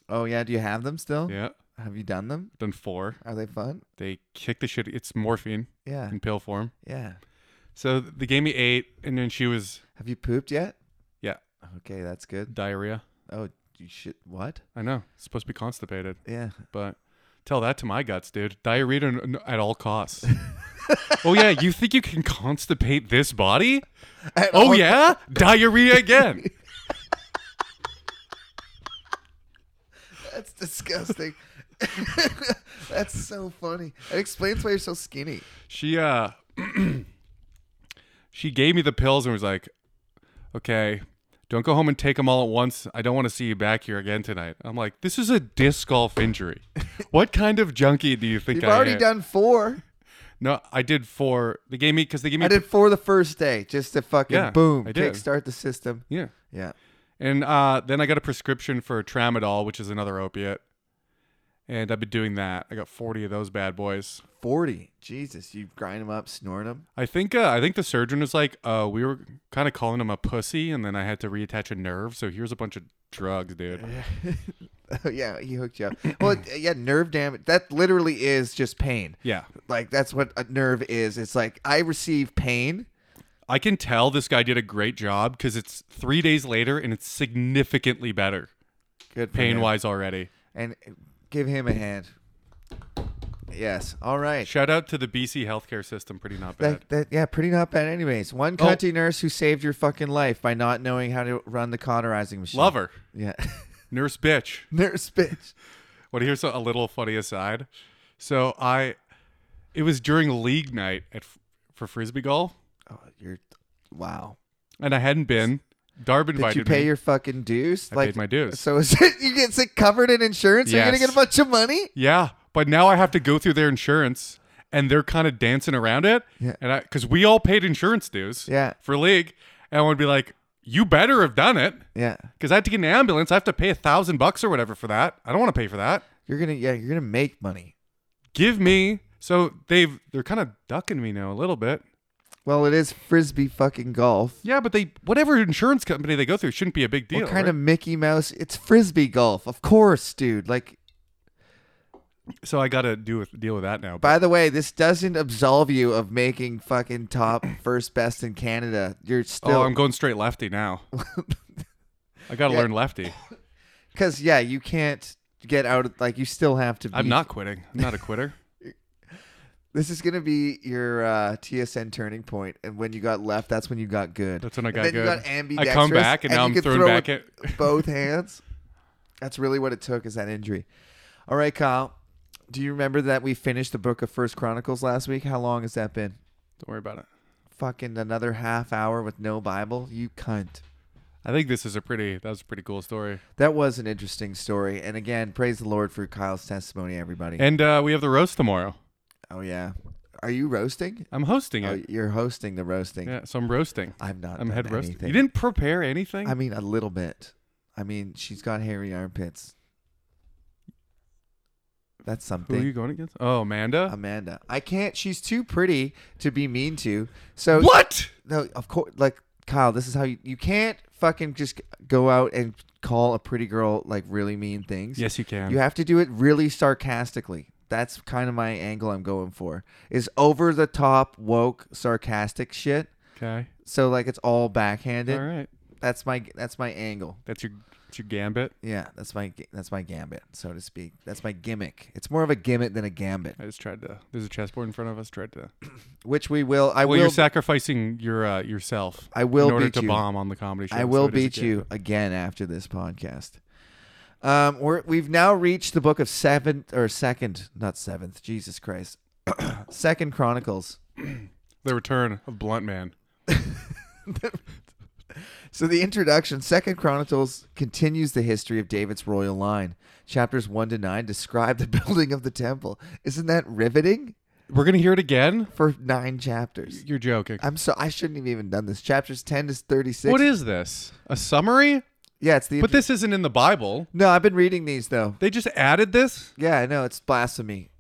S3: Oh, yeah. Do you have them still?
S1: Yeah.
S3: Have you done them?
S1: Done four.
S3: Are they fun?
S1: They kicked the shit. e, It's morphine
S3: Yeah.
S1: in pill form.
S3: Yeah.
S1: So they gave me eight, and then she was,
S3: Have you pooped yet?
S1: yeah,
S3: Okay, that's good.
S1: diarrhea.
S3: Oh, you should what?
S1: I know. It's supposed to be constipated,
S3: Yeah.
S1: but tell that to my guts, dude. Diarrhea n- n- at all costs. oh yeah, you think you can constipate this body?
S3: At
S1: Oh
S3: all-
S1: yeah, diarrhea again.
S3: That's disgusting. That's so funny. It explains why you're so skinny.
S1: She uh she gave me the pills and was like, "Okay, don't go home and take them all at once. I don't want to see you back here again tonight." I'm like, "This is a disc golf injury. what kind of junkie do you think
S3: You've
S1: I
S3: already
S1: am?"
S3: done four.
S1: No, I did four. They gave me because they gave me
S3: I did four the first day just to fucking
S1: Yeah,
S3: boom,
S1: I did.
S3: kickstart the system.
S1: yeah,
S3: Yeah.
S1: and uh, then I got a prescription for tramadol, which is another opiate, and I've been doing that. I got 40 of those bad boys.
S3: 40. Jesus, you grind them up, snort them.
S1: I think uh, I think the surgeon was like, uh, we were kind of calling him a pussy, and then I had to reattach a nerve. So here's a bunch of drugs, dude.
S3: Oh, yeah, he hooked you up. Well, it- yeah, nerve damage. That literally is just pain.
S1: Yeah,
S3: Like, that's what a nerve is. It's like, I receive pain.
S1: I can tell this guy did a great job because it's three days later and it's significantly better
S3: Good for
S1: pain
S3: him.
S1: wise already.
S3: And give him a hand. Yes. All right.
S1: Shout out to the BC healthcare system, pretty not bad.
S3: That, that yeah, pretty not bad. Anyways, one
S1: Oh.
S3: country nurse who saved your fucking life by not knowing how to run the cauterizing machine.
S1: Love her,
S3: Yeah,
S1: nurse bitch.
S3: nurse bitch.
S1: Well, here's a a little funny aside. So I, it was during league night at f- for frisbee golf,
S3: Oh, you're wow.
S1: and I hadn't been. Darb
S3: Did
S1: invited
S3: you pay
S1: me.
S3: your fucking dues?
S1: I paid my dues.
S3: So is it you get sick covered in insurance? You're gonna
S1: Yes.
S3: get a bunch of money.
S1: Yeah, but now I have to go through their insurance, and they're kind of dancing around it.
S3: Yeah.
S1: and I because we all paid insurance dues.
S3: Yeah.
S1: for league, and I would be like, "You better have done it,"
S3: Yeah,
S1: because I have to get an ambulance. I have to pay a thousand bucks or whatever for that. I don't want to pay for that.
S3: you're gonna yeah you're gonna make money.
S1: Give me. So they've they're kind of ducking me now a little bit.
S3: Well, it is frisbee fucking golf.
S1: Yeah, but they whatever insurance company they go through shouldn't be a big deal.
S3: what kind
S1: right?
S3: of Mickey Mouse? It's frisbee golf, of course, dude. Like,
S1: So I got to do with deal with that now. But
S3: by the way, this doesn't absolve you of making fucking top first best in Canada. You're still
S1: oh, I'm going straight lefty now. I got to
S3: Yeah.
S1: learn lefty.
S3: Because yeah, you can't get out. Of, like you still have to. Be,
S1: I'm not quitting. I'm not a quitter.
S3: This is gonna be your uh, TSN turning point, and when you got left, that's when you got good.
S1: That's when I
S3: And
S1: got
S3: then
S1: good.
S3: You got
S1: I
S3: ambidextrous,
S1: come back and now I'm
S3: you could
S1: thrown
S3: throw
S1: back
S3: with
S1: at-
S3: both hands. That's really what it took is that injury. All right, Kyle. Do you remember that we finished the book of First Chronicles last week? How long has that been?
S1: Don't worry about it.
S3: Fucking another half hour with no Bible. You cunt.
S1: I think this is a pretty that was a pretty cool story.
S3: That was an interesting story. And again, praise the Lord for Kyle's testimony, everybody.
S1: And uh, we have the roast tomorrow.
S3: oh yeah. Are you roasting?
S1: I'm hosting
S3: Oh,
S1: it.
S3: you're hosting the roasting.
S1: yeah, so I'm roasting.
S3: I'm not.
S1: I'm
S3: done
S1: head roasting.
S3: anything.
S1: You didn't prepare anything?
S3: I mean, a little bit. I mean, she's got hairy armpits. That's
S1: Who are
S3: something.
S1: you going against? Oh, Amanda.
S3: Amanda, I can't. She's too pretty to be mean to. So
S1: what?
S3: No, of course. Like Kyle, this is how you you can't fucking just go out and call a pretty girl like really mean things.
S1: Yes, you can.
S3: You have to do it really sarcastically. That's kind of my angle I'm going for. Is over the top woke sarcastic shit.
S1: okay.
S3: So like it's all backhanded.
S1: All right.
S3: That's my that's my angle.
S1: That's your that's your gambit.
S3: Yeah, that's my ga- that's my gambit, so to speak. That's my gimmick. It's more of a gimmick than a gambit,
S1: I just tried to. There's a chessboard in front of us. Tried to.
S3: which we will. I
S1: Well,
S3: will.
S1: you're sacrificing your uh, yourself.
S3: I will
S1: in order
S3: beat
S1: to
S3: you.
S1: bomb on the comedy show.
S3: I
S1: so
S3: will
S1: it is a
S3: beat you again after this podcast. Um, we're we've now reached the book of seventh or second, not seventh. Jesus Christ, Second Chronicles.
S1: gambit. The return of Blunt Man.
S3: So the introduction, Second Chronicles continues the history of David's royal line. Chapters one to nine describe the building of the temple. Isn't that riveting?
S1: We're gonna hear it again.
S3: For nine chapters.
S1: You're joking.
S3: I'm so I shouldn't have even done this. Chapters ten to thirty six.
S1: What is this? A summary?
S3: Yeah, it's the.
S1: But this isn't in the Bible.
S3: no, I've been reading these though.
S1: They just added this.
S3: Yeah, I know it's blasphemy.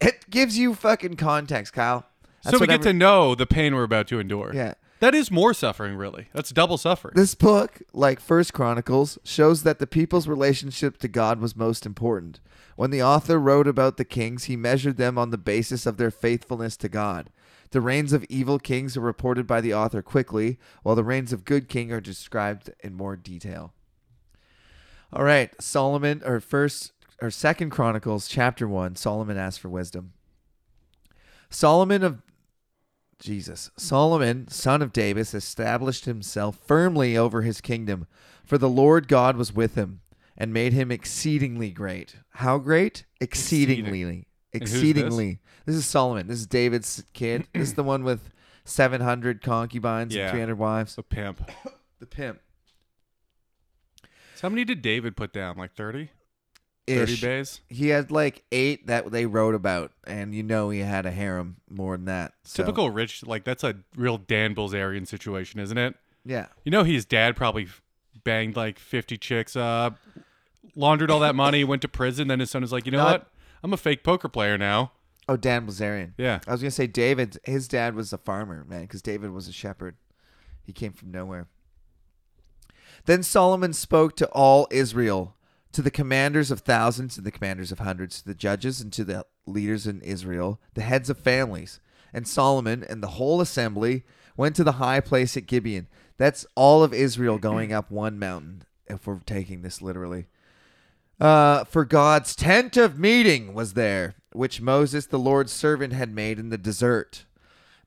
S3: It gives you fucking context, Kyle. That's
S1: so we
S3: what
S1: get
S3: I'm-
S1: to know the pain we're about to endure.
S3: Yeah.
S1: That is more suffering, really. That's double suffering.
S3: This book, like First Chronicles, shows that the people's relationship to God was most important. When the author wrote about the kings, he measured them on the basis of their faithfulness to God. The reigns of evil kings are reported by the author quickly, while the reigns of good king are described in more detail. All right, Solomon or first or second Chronicles chapter 1, Solomon asks for wisdom. Solomon of Jesus, Solomon, son of Davis, established himself firmly over his kingdom, for the Lord God was with him and made him exceedingly great. How great? Exceedingly.
S1: who's this?
S3: Exceedingly. This? is Solomon. This is David's kid. this is the one with 700 concubines
S1: Yeah.
S3: and 300 wives.
S1: A pimp.
S3: The pimp.
S1: So how many did David put down? Like 30? 30
S3: Ish.
S1: bays?
S3: He had like eight that they wrote about, and you know he had a harem more than that. so-
S1: Typical rich, like that's a real Dan Bilzerian situation, isn't it?
S3: Yeah.
S1: You know, his dad probably f- banged like 50 chicks up, laundered all that money, went to prison. Then his son is like, you know
S3: Not-
S1: what? I'm a fake poker player now.
S3: Oh, Dan Blazarian.
S1: Yeah.
S3: I was gonna say David. His dad was a farmer, man, because David was a shepherd. He came from nowhere. Then Solomon spoke to all Israel, to the commanders of thousands and the commanders of hundreds, to the judges and to the leaders in Israel, the heads of families. And Solomon and the whole assembly went to the high place at Gibeon. That's all of Israel going up one mountain, if we're taking this literally. Uh, for God's tent of meeting was there, which Moses, the Lord's servant, had made in the desert.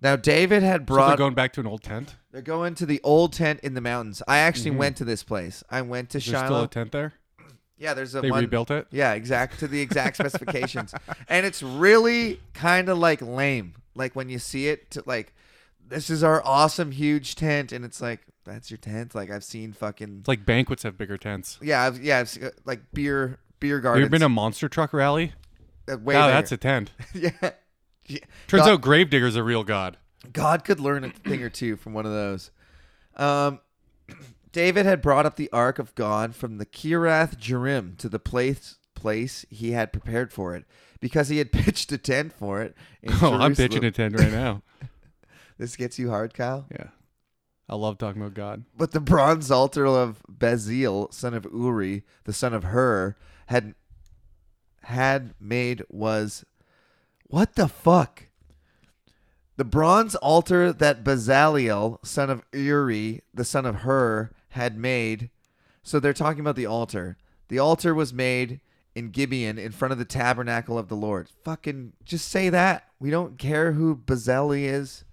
S3: Now David had
S1: So they're
S3: brought.
S1: going back to an old tent.
S3: They're going to the old tent in the mountains. I actually went to this place. I went to
S1: Is there Mm-hmm. still
S3: Shiloh.
S1: a tent there?
S3: yeah, there's a
S1: They
S3: one.
S1: rebuilt it?
S3: Yeah, exact to the exact specifications, and it's really kind of like lame. Like when you see it, to like this is our awesome huge tent, and it's like that's your tent. Like I've seen fucking
S1: It's like banquets have bigger tents.
S3: yeah, I've, yeah, I've seen, like beer beer
S1: Have you
S3: gardens.
S1: ever been to a monster truck rally?
S3: uh,
S1: Oh,
S3: way bigger.
S1: that's a tent.
S3: yeah. yeah.
S1: Turns
S3: God-
S1: out Gravedigger's a real god.
S3: God could learn a thing or two from one of those. Um, David had brought up the ark of God from the Kirath Jerim to the place place he had prepared for it, because he had pitched a tent for it. In
S1: Oh, I'm
S3: Jerusalem.
S1: pitching a tent right now.
S3: This gets you hard, Kyle.
S1: Yeah. I love talking about God.
S3: But the bronze altar of Bezalel, son of Uri, the son of Hur, had had made was what the fuck? The bronze altar that Bezalel, son of Uri, the son of Hur, had made. So they're talking about the altar. The altar was made in Gibeon in front of the tabernacle of the Lord. Fucking just say that. We don't care who Bezalel is.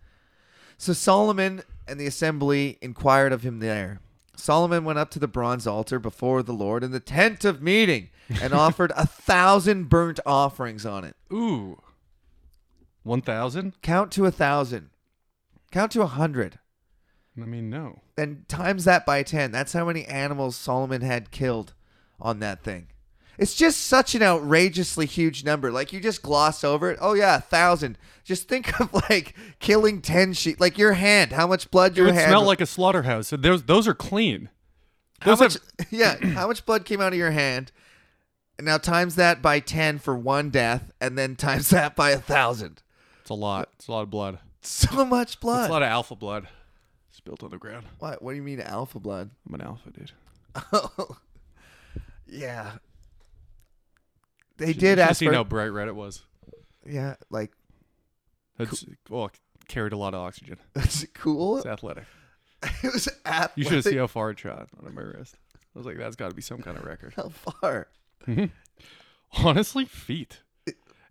S3: So Solomon and the assembly inquired of him there. Solomon went up to the bronze altar before the Lord in the tent of meeting and offered a thousand burnt offerings on it.
S1: Ooh. 1,000?
S3: Count to a thousand. Count to a hundred.
S1: I mean, no.
S3: And times that by ten. That's how many animals Solomon had killed on that thing. It's just such an outrageously huge number. Like you just gloss over it. Oh yeah, a thousand. Just think of like killing ten sheep. Like your hand. How much blood
S1: It
S3: your
S1: would
S3: hand
S1: smell like a slaughterhouse. So Those, those are clean.
S3: How
S1: Those
S3: much,
S1: have-
S3: yeah, how much blood came out of your hand? And now times that by 10 for one death, and then times that by a thousand.
S1: It's a lot. It's a lot of blood.
S3: So much
S1: It's
S3: blood.
S1: a lot of alpha blood spilled on the ground.
S3: what? What do you mean alpha blood?
S1: I'm an alpha, dude.
S3: yeah. They did
S1: You should
S3: ask
S1: see
S3: for.
S1: how bright red it was.
S3: Yeah, like,
S1: That's well, it carried a lot of oxygen.
S3: that's cool.
S1: It's athletic.
S3: it was athletic.
S1: You should have seen how far it shot on my wrist. I was like, that's got to be some kind of record.
S3: how far.
S1: Honestly, feet.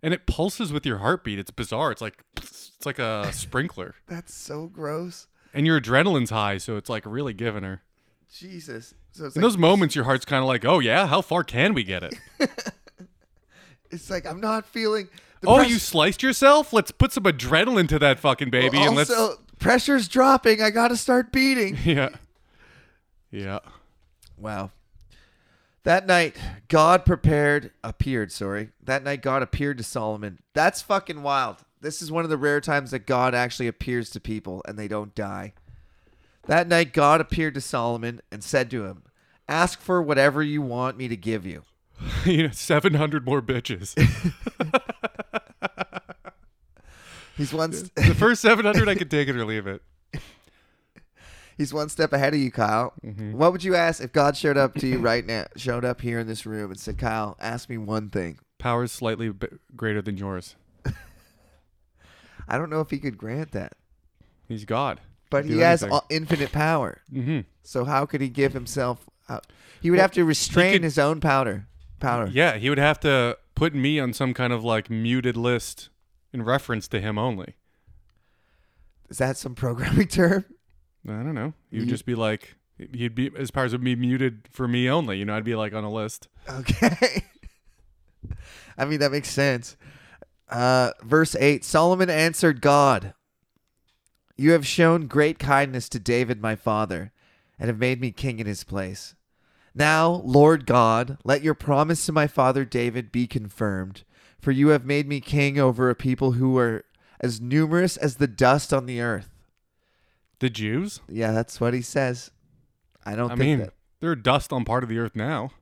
S1: And it pulses with your heartbeat. It's bizarre. It's like it's like a sprinkler.
S3: That's so gross.
S1: And your adrenaline's high, so it's like really giving her.
S3: Jesus. So it's
S1: In
S3: like,
S1: those moments, your heart's kind of like, oh yeah, how far can we get it?
S3: it's like I'm not feeling. The
S1: oh,
S3: press-
S1: you sliced yourself? Let's put some adrenaline to that fucking baby, and let's
S3: Also, pressure's dropping. I got to start beating.
S1: yeah, yeah.
S3: Wow. That night, God prepared, appeared, sorry. That night, God appeared to Solomon. That's fucking wild. This is one of the rare times that God actually appears to people and they don't die. That night, God appeared to Solomon and said to him, Ask for whatever you want me to give you.
S1: you know, seven hundred more bitches.
S3: He's one, st-
S1: the first seven hundred, I could take it or leave it.
S3: he's one step ahead of you, Kyle. What would you ask if God showed up to you right now, showed up here in this room and said, Kyle, ask me one thing?
S1: Power's slightly b- greater than yours.
S3: I don't know if he could grant that,
S1: He's God.
S3: but
S1: Can
S3: he
S1: do
S3: has
S1: anything.
S3: all- infinite power.
S1: Mhm.
S3: So how could he give himself Uh, he would have to restrain
S1: could-
S3: his own powder. Powder.
S1: Yeah, he would have to put me on some kind of like muted list in reference to him only.
S3: Is that some programming term?
S1: I don't know. He would just be like, he'd be his powers would be muted for me only. You know, I'd be like on a list.
S3: Okay. I mean, that makes sense. Uh, verse 8 Solomon answered God, You have shown great kindness to David, my father, and have made me king in his place. Now, Lord God, let your promise to my father David be confirmed, for you have made me king over a people who are as numerous as the dust on the earth.
S1: The Jews.
S3: Yeah, that's what he says. I don't
S1: I
S3: think
S1: mean,
S3: that.
S1: they're dust on part of the earth now.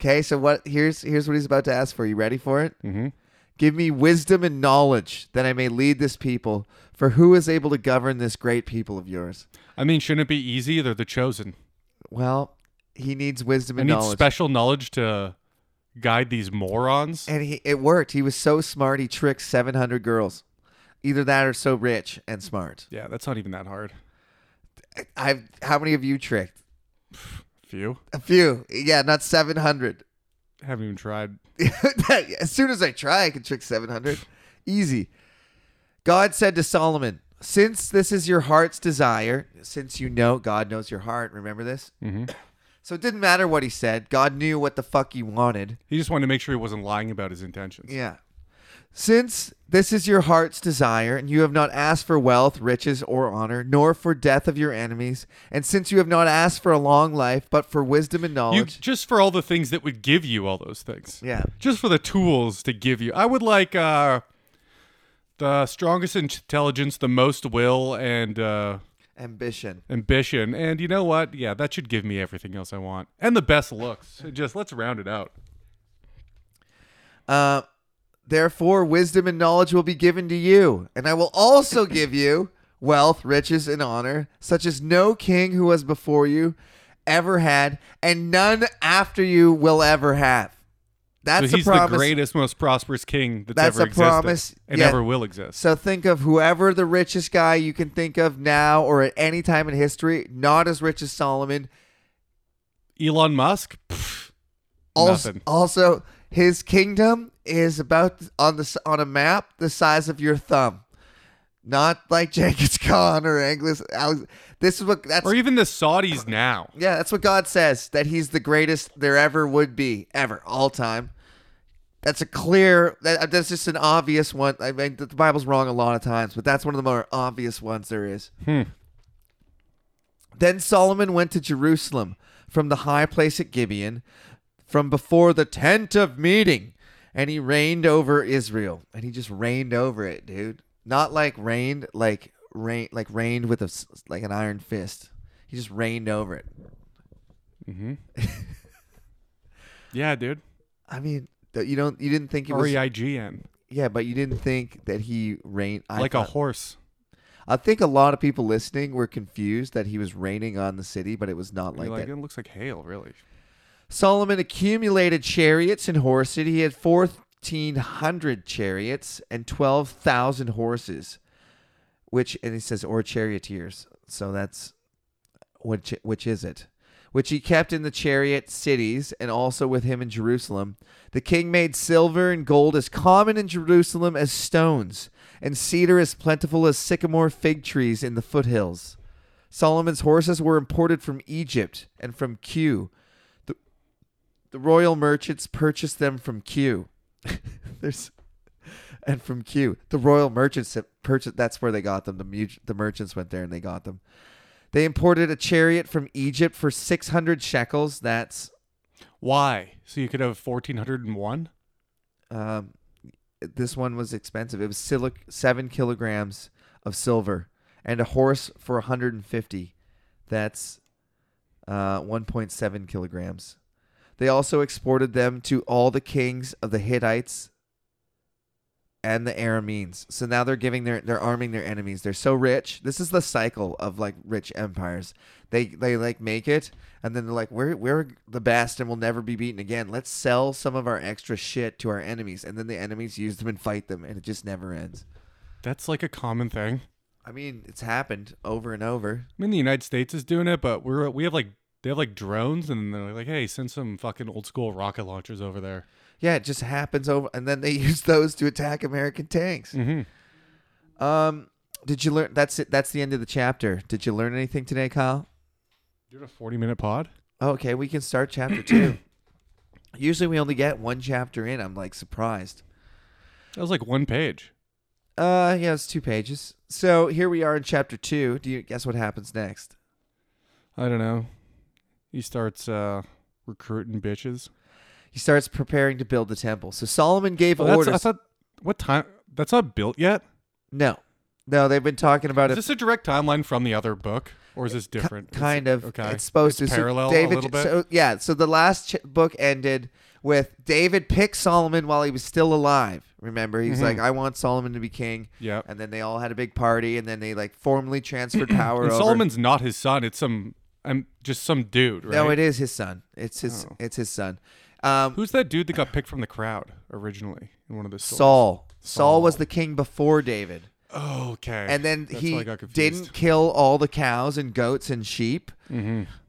S3: Okay, so what here's here's what he's about to ask for. You ready for it?
S1: Mm-hmm.
S3: Give me wisdom and knowledge that I may lead this people, for who is able to govern this great people of yours?
S1: I mean, shouldn't it be easy? They're the chosen.
S3: Well, he needs wisdom
S1: I
S3: and
S1: need
S3: knowledge.
S1: special knowledge to guide these morons.
S3: and he, it worked. He was so smart, he tricked 700 girls. Either that or so rich and smart.
S1: Yeah, that's not even that hard.
S3: I've How many of you tricked?
S1: Few
S3: A few. Yeah, not 700.
S1: haven't even tried.
S3: as soon as I try, I can trick 700. Easy. God said to Solomon, Since this is your heart's desire, since you know God knows your heart, remember this?
S1: Mhm.
S3: So it didn't matter what he said. God knew what the fuck he wanted.
S1: He just wanted to make sure he wasn't lying about his intentions.
S3: Yeah. Since this is your heart's desire, and you have not asked for wealth, riches, or honor, nor for death of your enemies, and since you have not asked for a long life, but for wisdom and
S1: You
S3: knowledge.
S1: just for all the things that would give you all those things.
S3: yeah.
S1: just for the tools to give you. I would like uh, the strongest intelligence, the most will and uh,
S3: Ambition.
S1: ambition, and you know what? Yeah, that should give me everything else I want, and the best looks. Just let's round it out.
S3: Uh, therefore, wisdom and knowledge will be given to you, and I will also give you wealth, riches, and honor, such as no king who was before you ever had, and none after you will ever have. That's
S1: so he's
S3: a promise.
S1: the greatest, most prosperous king that's,
S3: That's
S1: ever
S3: a
S1: existed,
S3: promise,
S1: and
S3: yeah.
S1: ever will exist.
S3: so think of whoever the richest guy you can think of now or at any time in history, not as rich as Solomon.
S1: Elon Musk, Pff,
S3: Also,
S1: nothing.
S3: also his kingdom is about on the s- on a map the size of your thumb, not like Jenkins Khan or Angus. Alex, this is what that's
S1: or even the Saudis now.
S3: yeah, that's what God says that He's the greatest there ever would be ever all time. That's a clear. That, uh, that's just an obvious one. I mean, the Bible's wrong a lot of times, but that's one of the more obvious ones there is. Then Solomon went to Jerusalem from the high place at Gibeon, from before the tent of meeting, and he reigned over Israel. And he just reigned over it, dude. Not like reigned, like rain, like reigned with a s- like an iron fist. He just reigned over it.
S1: Yeah, dude.
S3: I mean, th- you don't, you didn't think it
S1: R
S3: was,
S1: e
S3: yeah.
S1: i g n,
S3: but you didn't think that he reigned. I
S1: like a
S3: thought-
S1: horse.
S3: I think a lot of people listening were confused that he was reigning on the city, but it was not
S1: You're
S3: like,
S1: like,
S3: that.
S1: it looks like hail, really.
S3: Solomon accumulated chariots and horses. He had 1,400 chariots and 12,000 horses, which, and he says, or charioteers. So that's, which, which is it? Which he kept in the chariot cities and also with him in Jerusalem. The king made silver and gold as common in Jerusalem as stones, and cedar as plentiful as sycamore fig trees in the foothills. Solomon's horses were imported from Egypt and from Kew, the royal merchants purchased them from Q. There's and from Q. The royal merchants that purchased that's where they got them. The mu- the merchants went there and they got them. They imported a chariot from Egypt for 600 shekels. That's
S1: Why? So you could have fourteen hundred and one.
S3: um this one was expensive. It was silic- 7 kilograms of silver and a horse for 150. That's uh 1.7 kilograms. They also exported them to all the kings of the Hittites and the Arameans. So now they're giving their they're arming their enemies. They're so rich. This is the cycle of like rich empires. They they like make it and then they're like we're we're the best and we'll never be beaten again. Let's sell some of our extra shit to our enemies and then the enemies use them and fight them and it just never ends.
S1: That's like a common thing.
S3: I mean, it's happened over and over.
S1: I mean, the United States is doing it, but we're we have like they have like drones, and they're like, hey, send some fucking old school rocket launchers over there.
S3: Yeah, it just happens over, and then they use those to attack American tanks.
S1: Mm-hmm.
S3: Um, did you learn? That's it. That's the end of the chapter. Did you learn anything today, Kyle?
S1: You're in a 40 minute pod.
S3: Okay, we can start chapter two. Usually, we only get one chapter in. I'm like surprised.
S1: That was like one page.
S3: Uh, yeah, it's two pages. So here we are in chapter two. Do you guess what happens next?
S1: I don't know. He starts uh, recruiting bitches.
S3: He starts preparing to build the temple. So Solomon gave
S1: Well, Oh, that's, I
S3: orders.
S1: thought what time? That's not built yet.
S3: no, no, they've been talking about
S1: Is
S3: it.
S1: this a direct timeline from the other book, or is this
S3: Ki-
S1: different? It's-
S3: kind of.
S1: Okay.
S3: It's supposed to. So
S1: parallel
S3: David,
S1: a little bit.
S3: So, yeah. So the last ch- book ended with David picked Solomon while he was still alive. Remember, he's like, "I want Solomon to be king."
S1: Mm-hmm. Yep.
S3: And then they all had a big party, and then they like formally transferred power.
S1: and
S3: over.
S1: Solomon's not his son. It's some. I'm just some dude, right? Oh.
S3: No, it is his son. It's his. It's his son. Um,
S1: Who's that dude that got picked from the crowd originally in one of the stories?
S3: Saul. Saul was
S1: Saul.
S3: the king before David.
S1: Oh, okay.
S3: and then
S1: That's why I
S3: he
S1: got confused.
S3: didn't kill all the cows and goats and sheep.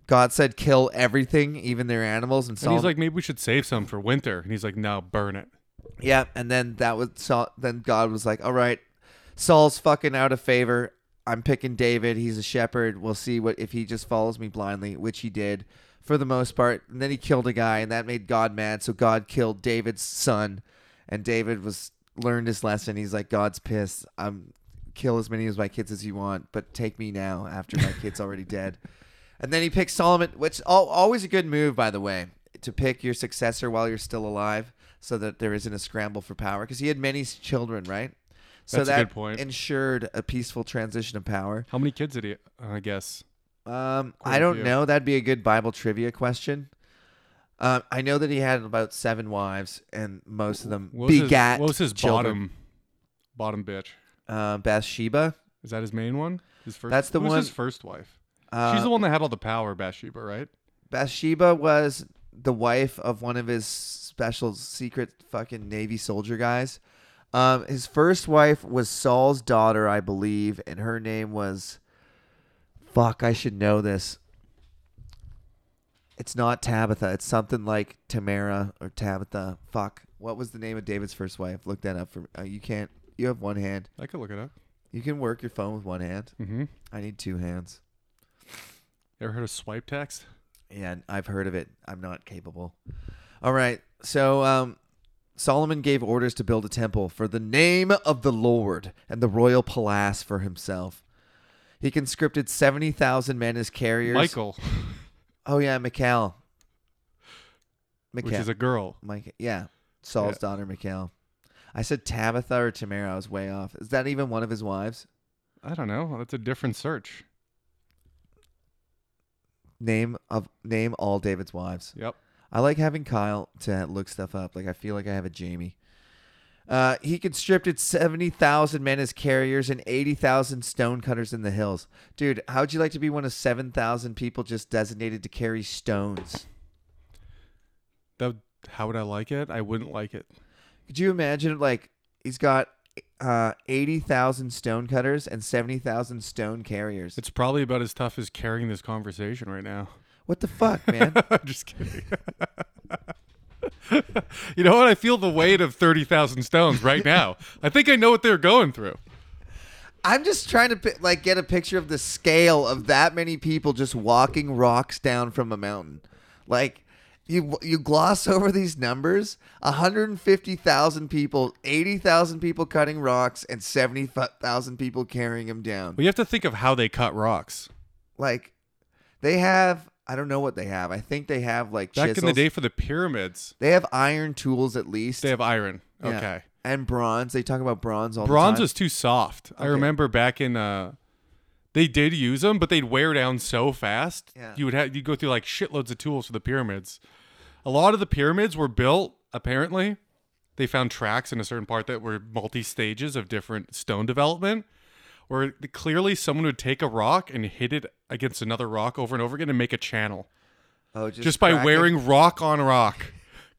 S3: God said, "Kill everything, even their animals." And
S1: Mm-hmm. And
S3: Solomon,
S1: he's like, maybe we should save some for winter. And he's like, no, burn it.
S3: "Yeah." And then that was Saul. Then God was like, "All right, Saul's fucking out of favor. I'm picking David. He's a shepherd. We'll see what if he just follows me blindly, which he did for the most part." And then he killed a guy, and that made God mad. So God killed David's son, and David was learned his lesson. He's like, "God's pissed. I'm." Kill as many of my kids as you want, but take me now after my kid's already dead. And then he picks Solomon, which al always a good move, by the way, to pick your successor while you're still alive, so that there isn't a scramble for power. Because he had many s- children, right? So
S1: That's a
S3: that
S1: good point.
S3: ensured a peaceful transition of power.
S1: How many kids did he? uh, I guess.
S3: Um,
S1: Quite
S3: I
S1: a
S3: don't
S1: few.
S3: know. That'd be a good Bible trivia question. Um, I know that he had about seven wives, and most of them
S1: What was
S3: begat.
S1: His, what was his
S3: children.
S1: bottom? Bottom bitch.
S3: Uh, Bathsheba.
S1: Is that his main one? His first.
S3: That's the
S1: who was
S3: one-
S1: His first wife.
S3: Uh,
S1: She's the one that had all the power, Bathsheba, right?
S3: Bathsheba was the wife of one of his special secret fucking Navy soldier guys. Um, his first wife was Saul's daughter, I believe, and her name was. Fuck, I should know this. It's not Tabitha. It's something like Tamara or Tabitha. Fuck. What was the name of David's first wife? Look that up for me. Uh, you can't. You have one hand.
S1: I could look it up.
S3: You can work your phone with one hand.
S1: Mm-hmm.
S3: I need two hands.
S1: Ever heard of swipe text?
S3: Yeah, I've heard of it. I'm not capable. All right. So um, Solomon gave orders to build a temple for the name of the Lord and the royal palace for himself. He conscripted 70,000 men as carriers.
S1: Michael,
S3: Oh, yeah, Mikhail.
S1: which
S3: Mikhail.
S1: is a girl.
S3: Mike, yeah. Saul's
S1: Yeah.
S3: daughter, Mikhail. I said Tabitha or Tamara. I was way off. Is that even one of his wives?
S1: I don't know. That's a different search.
S3: Name of name all David's wives.
S1: Yep.
S3: I like having Kyle to look stuff up. Like I feel like I have a Jamie. Uh, he conscripted seventy thousand men as carriers and eighty thousand stonecutters in the hills. Dude, how would you like to be one of seven thousand people just designated to carry stones?
S1: That. How would I like it? I wouldn't like it.
S3: Could you imagine? Like he's got uh, eighty thousand stonecutters and seventy thousand stone carriers.
S1: It's probably about as tough as carrying this conversation right now.
S3: What the fuck, man?
S1: I'm just kidding. you know what? I feel the weight of 30,000 stones right now. I think I know what they're going through.
S3: I'm just trying to pi- like get a picture of the scale of that many people just walking rocks down from a mountain. Like you you gloss over these numbers: 150,000 people, 80,000 people cutting rocks, and 70,000 people carrying them down.
S1: Well, you have to think of how they cut rocks.
S3: Like they have, I don't know what they have. I think they have like
S1: Back
S3: chisels.
S1: in the day for the pyramids,
S3: they have iron tools at least.
S1: they have iron.
S3: Yeah.
S1: Okay.
S3: and bronze. They talk about bronze all
S1: Bronze
S3: the time.
S1: was too soft. I
S3: Okay.
S1: remember back in uh they did use them, but they'd wear down so fast.
S3: Yeah.
S1: You would have you go through like shitloads of tools for the pyramids. A lot of the pyramids were built apparently. They found tracks in a certain part that were multi stages of different stone development, where clearly someone would take a rock and hit it against another rock over and over again and make a channel
S3: oh,
S1: just by
S3: cracking-
S1: wearing rock on rock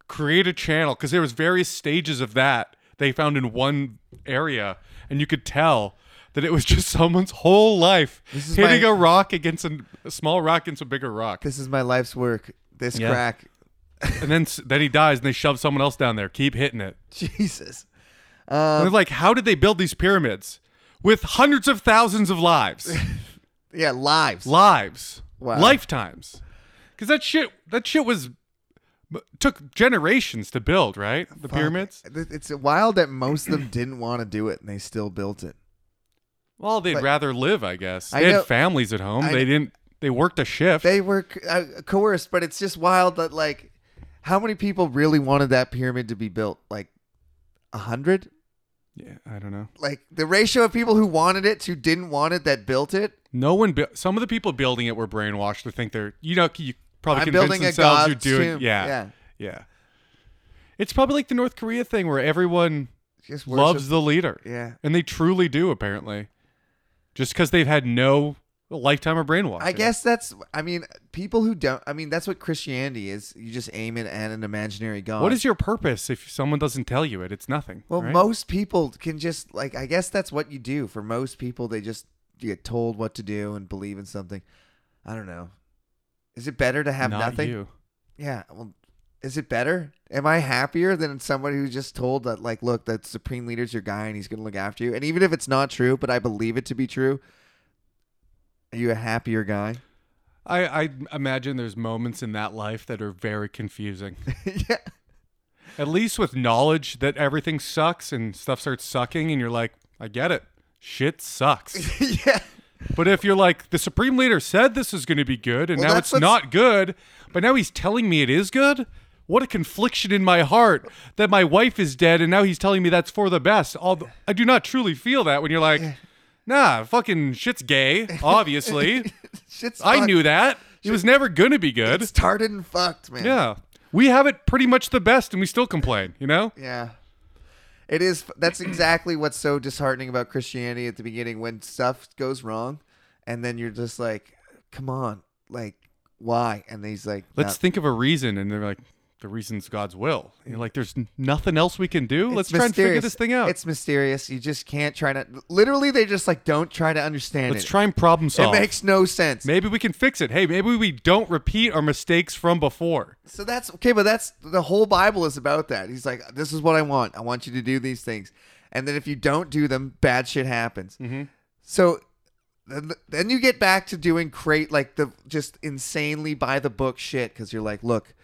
S1: create a channel because there was various stages of that they found in one area and you could tell that it was just someone's whole life
S3: This is
S1: hitting
S3: my-
S1: a rock against an- a small rock against a bigger rock,
S3: This is my life's work. This
S1: Yeah.
S3: crack.
S1: and then s- then he dies, and they shove someone else down there. Keep hitting it.
S3: Jesus. Uh,
S1: And they're like, how did they build these pyramids with hundreds of thousands of lives,
S3: Yeah, lives.
S1: lives,
S3: Wow.
S1: lifetimes? Because that shit, that shit was took generations to build, right? The pyramids.
S3: It- It's wild that most of them didn't want to do it and they still built it.
S1: Well, they'd
S3: But-
S1: rather live, I guess. They
S3: I
S1: had
S3: know-
S1: families at home.
S3: I-
S1: they didn't. They worked a shift.
S3: They were co- uh, coerced, but it's just wild that like how many people really wanted that pyramid to be built? Like a hundred?
S1: yeah, I don't know.
S3: Like the ratio of people who wanted it to didn't want it that built it.
S1: No one. Bu- some of the people building it were brainwashed to think they're. You know, you probably
S3: I'm
S1: convince
S3: building a
S1: themselves
S3: god's
S1: you're doing.
S3: tomb.
S1: Yeah,
S3: yeah.
S1: yeah. It's probably like the North Korea thing where everyone
S3: Just
S1: loves
S3: worship-
S1: the leader.
S3: Yeah.
S1: And they truly do, apparently. Just because they've had no lifetime of brainwashing.
S3: I guess that's. I mean, people who don't. I mean, that's what Christianity is. You just aim it at an imaginary god.
S1: What is your purpose if someone doesn't tell you it? It's nothing.
S3: Well,
S1: right?
S3: most people can just like I guess that's what you do. For most people, they just get told what to do and believe in something. I don't know. Is it better to have
S1: Not
S3: nothing?
S1: you.
S3: Yeah. Well, is it better? Am I happier than someone who's just told that like, look, that supreme leader's your guy and he's gonna look after you? And even if it's not true, but I believe it to be true, are you a happier guy?
S1: I, I imagine there's moments in that life that are very confusing.
S3: yeah.
S1: At least with knowledge that everything sucks and stuff starts sucking, and you're like, I get it. Shit sucks.
S3: yeah.
S1: but if you're like, the Supreme Leader said this is going to be good, and
S3: Well,
S1: now
S3: that's
S1: it's
S3: what's-
S1: not good, but now he's telling me it is good. What a confliction in my heart that my wife is dead, and now he's telling me that's for the best. Although I do not truly feel that when you're like, nah, fucking shit's gay, obviously.
S3: Shit's
S1: I
S3: fucked.
S1: knew that. It was never going to be good.
S3: It's tarted and fucked, man.
S1: Yeah. We have it pretty much the best and we still complain, you know?
S3: Yeah. It is. That's exactly what's so disheartening about Christianity at the beginning when stuff goes wrong, and then you're just like, "Come on, like, why?" And he's like,
S1: Let's
S3: "No,
S1: think of a reason and they're like the reason's God's will. And you're like there's n- nothing else we can do. Let's
S3: it's
S1: try and figure
S3: mysterious.
S1: this thing out.
S3: It's mysterious. You just can't try to. Literally, they just like don't try to understand
S1: Let's
S3: it.
S1: try and problem
S3: it
S1: solve.
S3: makes no sense.
S1: maybe we can fix it. Hey, maybe we don't repeat our mistakes from before.
S3: So that's okay, but that's the whole Bible is about that. He's like, this is what I want. I want you to do these things, and then if you don't do them, bad shit happens. So then, then you get back to doing great, like the just insanely by the book shit, because you're like, look,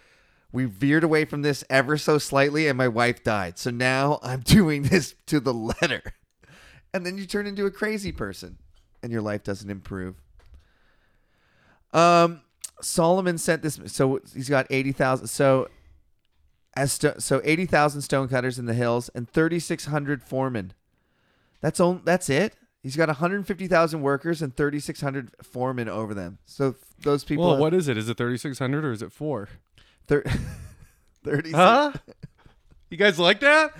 S3: we veered away from this ever so slightly, and my wife died, so now I'm doing this to the letter, and then you turn into a crazy person, and your life doesn't improve. Um, Solomon sent this. So he's got eighty thousand. So as sto- so eighty thousand stonecutters in the hills and thirty six hundred foremen. That's on. That's it. He's got one hundred fifty thousand workers and thirty six hundred foremen over them. So th- those people.
S1: Well, what is it? Is it 3600 or is it 4?
S3: Thir- thirty.
S1: Huh? you guys like that?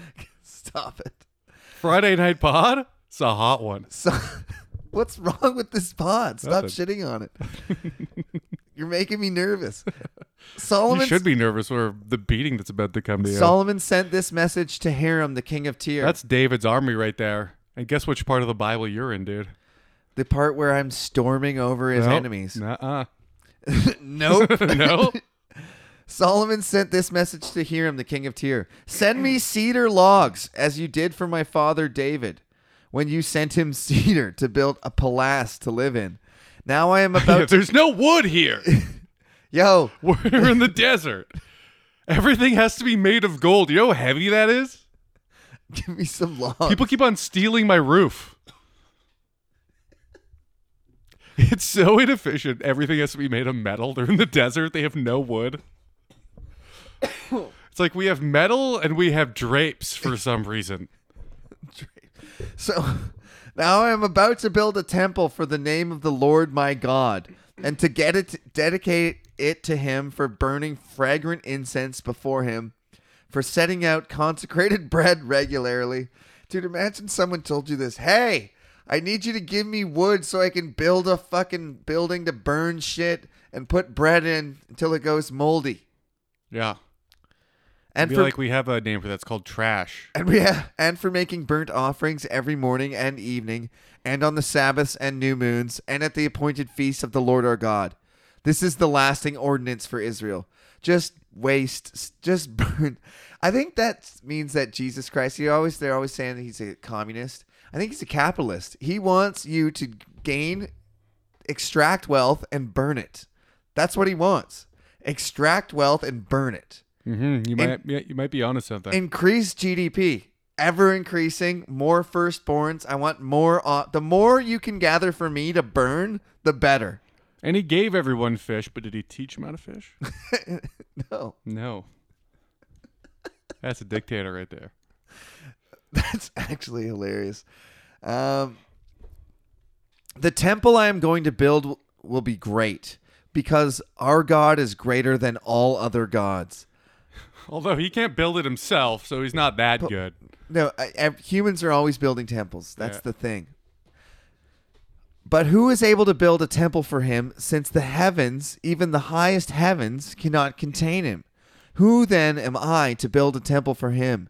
S3: Stop it.
S1: Friday night pod? It's a hot one.
S3: So, what's wrong with this pod? Stop
S1: Nothing.
S3: shitting on it. You're making me nervous.
S1: You
S3: Solomon
S1: should be nervous for the beating that's about to come to you.
S3: Solomon sent this message to Hiram, the king of Tyre.
S1: That's David's army right there. And guess which part of the Bible you're in, dude?
S3: The part where I'm storming over his
S1: Nope.
S3: enemies.
S1: Nuh-uh.
S3: Nope.
S1: no.
S3: Solomon sent this message to Hiram, the king of Tyre Send me cedar logs, as you did for my father David, when you sent him cedar to build a palace to live in. Now I am
S1: Yeah,
S3: about to.
S1: there's no wood here.
S3: Yo,
S1: We're in the desert. Everything has to be made of gold. You know how heavy that is?
S3: give me some logs.
S1: People keep on stealing my roof. It's so inefficient. Everything has to be made of metal. They're in the desert. They have no wood. It's like we have metal and we have drapes for some reason.
S3: So now I am about to build a temple for the name of the Lord my God, and to get it dedicate it to him for burning fragrant incense before him, for setting out consecrated bread regularly. Dude, imagine someone told you this. Hey, I need you to give me wood so I can build a fucking building to burn shit and put bread in until it goes moldy.
S1: Yeah.
S3: and
S1: Be
S3: for
S1: like we have a name for that. It's called trash.
S3: and we and for making burnt offerings every morning and evening, and on the Sabbaths and new moons, and at the appointed feasts of the Lord our God. This is the lasting ordinance for Israel. Just waste, s- just burn. I think that means that Jesus Christ. He always they're always saying that he's a communist. I think he's a capitalist. He wants you to gain, extract wealth, and burn it. That's what he wants. Extract wealth and burn it
S1: Mm-hmm. You might yeah, you might be onto something.
S3: increase GDP, ever increasing, more firstborns. I want more. Uh, the more you can gather for me to burn, the better.
S1: and he gave everyone fish, but did he teach them how to fish?
S3: No,
S1: no. That's a dictator right there.
S3: that's actually hilarious. Um, the temple I am going to build will be great because our God is greater than all other gods.
S1: Although he can't build it himself, so he's not that good.
S3: No, I, I- humans are always building temples. That's
S1: Yeah.
S3: the thing. But who is able to build a temple for him since the heavens, even the highest heavens, cannot contain him? Who then am I to build a temple for him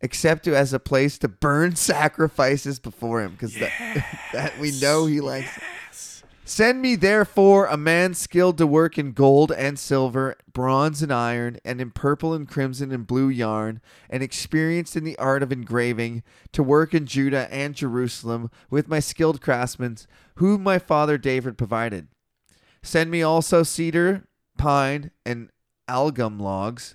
S3: except to, as a place to burn sacrifices before him? Because that, that we know he likes. Send me therefore a man skilled to work in gold and silver, bronze and iron, and in purple and crimson and blue yarn, and experienced in the art of engraving, to work in Judah and Jerusalem with my skilled craftsmen, whom my father David provided. Send me also cedar, pine, and algum logs,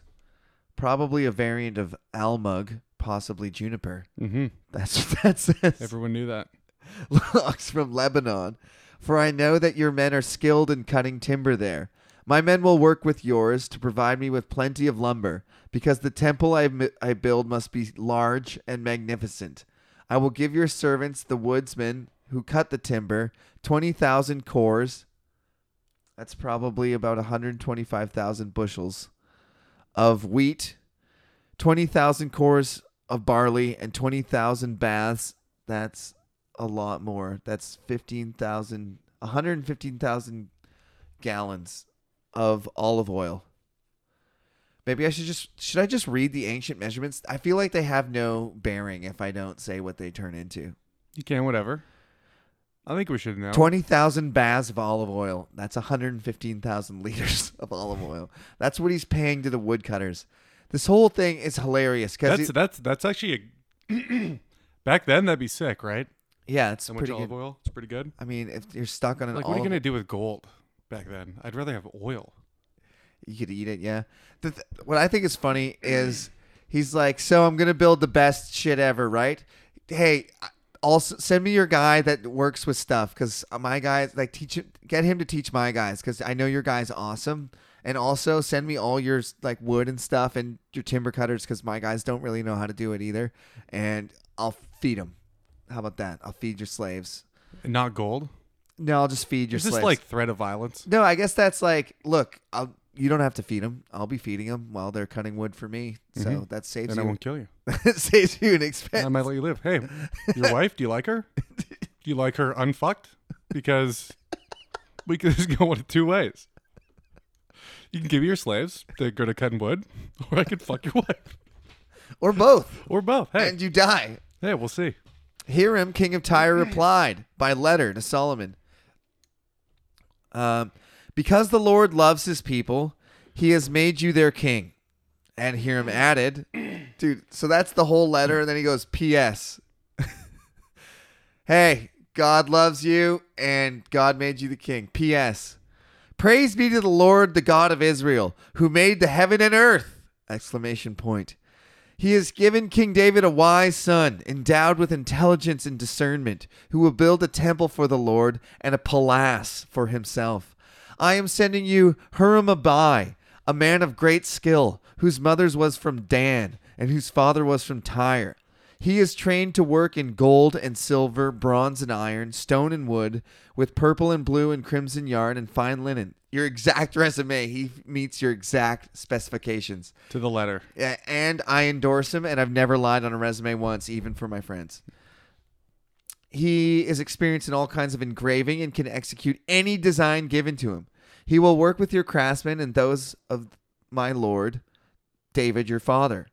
S3: probably a variant of almug, possibly juniper.
S1: Mm-hmm.
S3: That's what that says
S1: Everyone knew that.
S3: logs from Lebanon, for I know that your men are skilled in cutting timber there. My men will work with yours to provide me with plenty of lumber, because the temple I, mi- I build must be large and magnificent. I will give your servants, the woodsmen who cut the timber, 20,000 cores. That's probably about 125,000 bushels of wheat, 20,000 cores of barley, and 20,000 baths. That's a lot more. That's 15,000, 115,000 gallons of olive oil. Maybe I should just, should I just read the ancient measurements? I feel like they have no bearing if I don't say what they turn into.
S1: You can, whatever. I think we should know.
S3: 20,000 baths of olive oil. That's 115,000 liters of olive oil. That's what he's paying to the woodcutters. This whole thing is hilarious because,
S1: that's that's that's actually a. back then, that'd be sick, right?
S3: yeah, it's
S1: So much
S3: pretty
S1: olive
S3: good.
S1: oil. It's pretty good.
S3: I mean, if you're stuck on an
S1: Like, what are
S3: olive
S1: you gonna do with gold back then? I'd rather have oil.
S3: You could eat it, yeah. The th- what I think is funny is he's like, so I'm gonna build the best shit ever, right? Hey, I- also send me your guy that works with stuff, because my guys like teach him, get him to teach my guys, because I know your guy's awesome. And also send me all your like wood and stuff and your timber cutters, because my guys don't really know how to do it either. And I'll feed them. How about that? I'll feed your slaves.
S1: And not gold.
S3: No, I'll just feed your
S1: Is
S3: slaves.
S1: this like threat of violence?
S3: No, I guess that's like, look, I'll, you don't have to feed them. I'll be feeding them while they're cutting wood for me. So that
S1: Mm-hmm.
S3: saves
S1: Then I
S3: you.
S1: won't Um, kill you.
S3: That saves you an expense.
S1: I might let you live. Hey, your wife? Do you like her? Do you like her unfucked? Because we could just go one of two ways. You can give me your slaves; they're good at cutting wood, or I could fuck your wife,
S3: or both,
S1: or both. Hey,
S3: and you die.
S1: hey, we'll see.
S3: Hiram, king of Tyre, replied by letter to Solomon. Um, because the Lord loves his people, he has made you their king. And Hiram added, dude, so that's the whole letter. And then he goes, P.S. hey, God loves you, and God made you the king. P.S. Praise be to the Lord, the God of Israel, who made the heaven and earth! Exclamation point. He has given King David a wise son, endowed with intelligence and discernment, who will build a temple for the Lord and a palace for himself. I am sending you Huram Abai, a man of great skill, whose mother's was from Dan and whose father was from Tyre. He is trained to work in gold and silver, bronze and iron, stone and wood, with purple and blue and crimson yarn and fine linen. Your exact resume, he meets your exact specifications.
S1: To the letter.
S3: Yeah, and I endorse him, and I've never lied on a resume once, even for my friends. He is experienced in all kinds of engraving and can execute any design given to him. He will work with your craftsmen and those of my lord, David your father.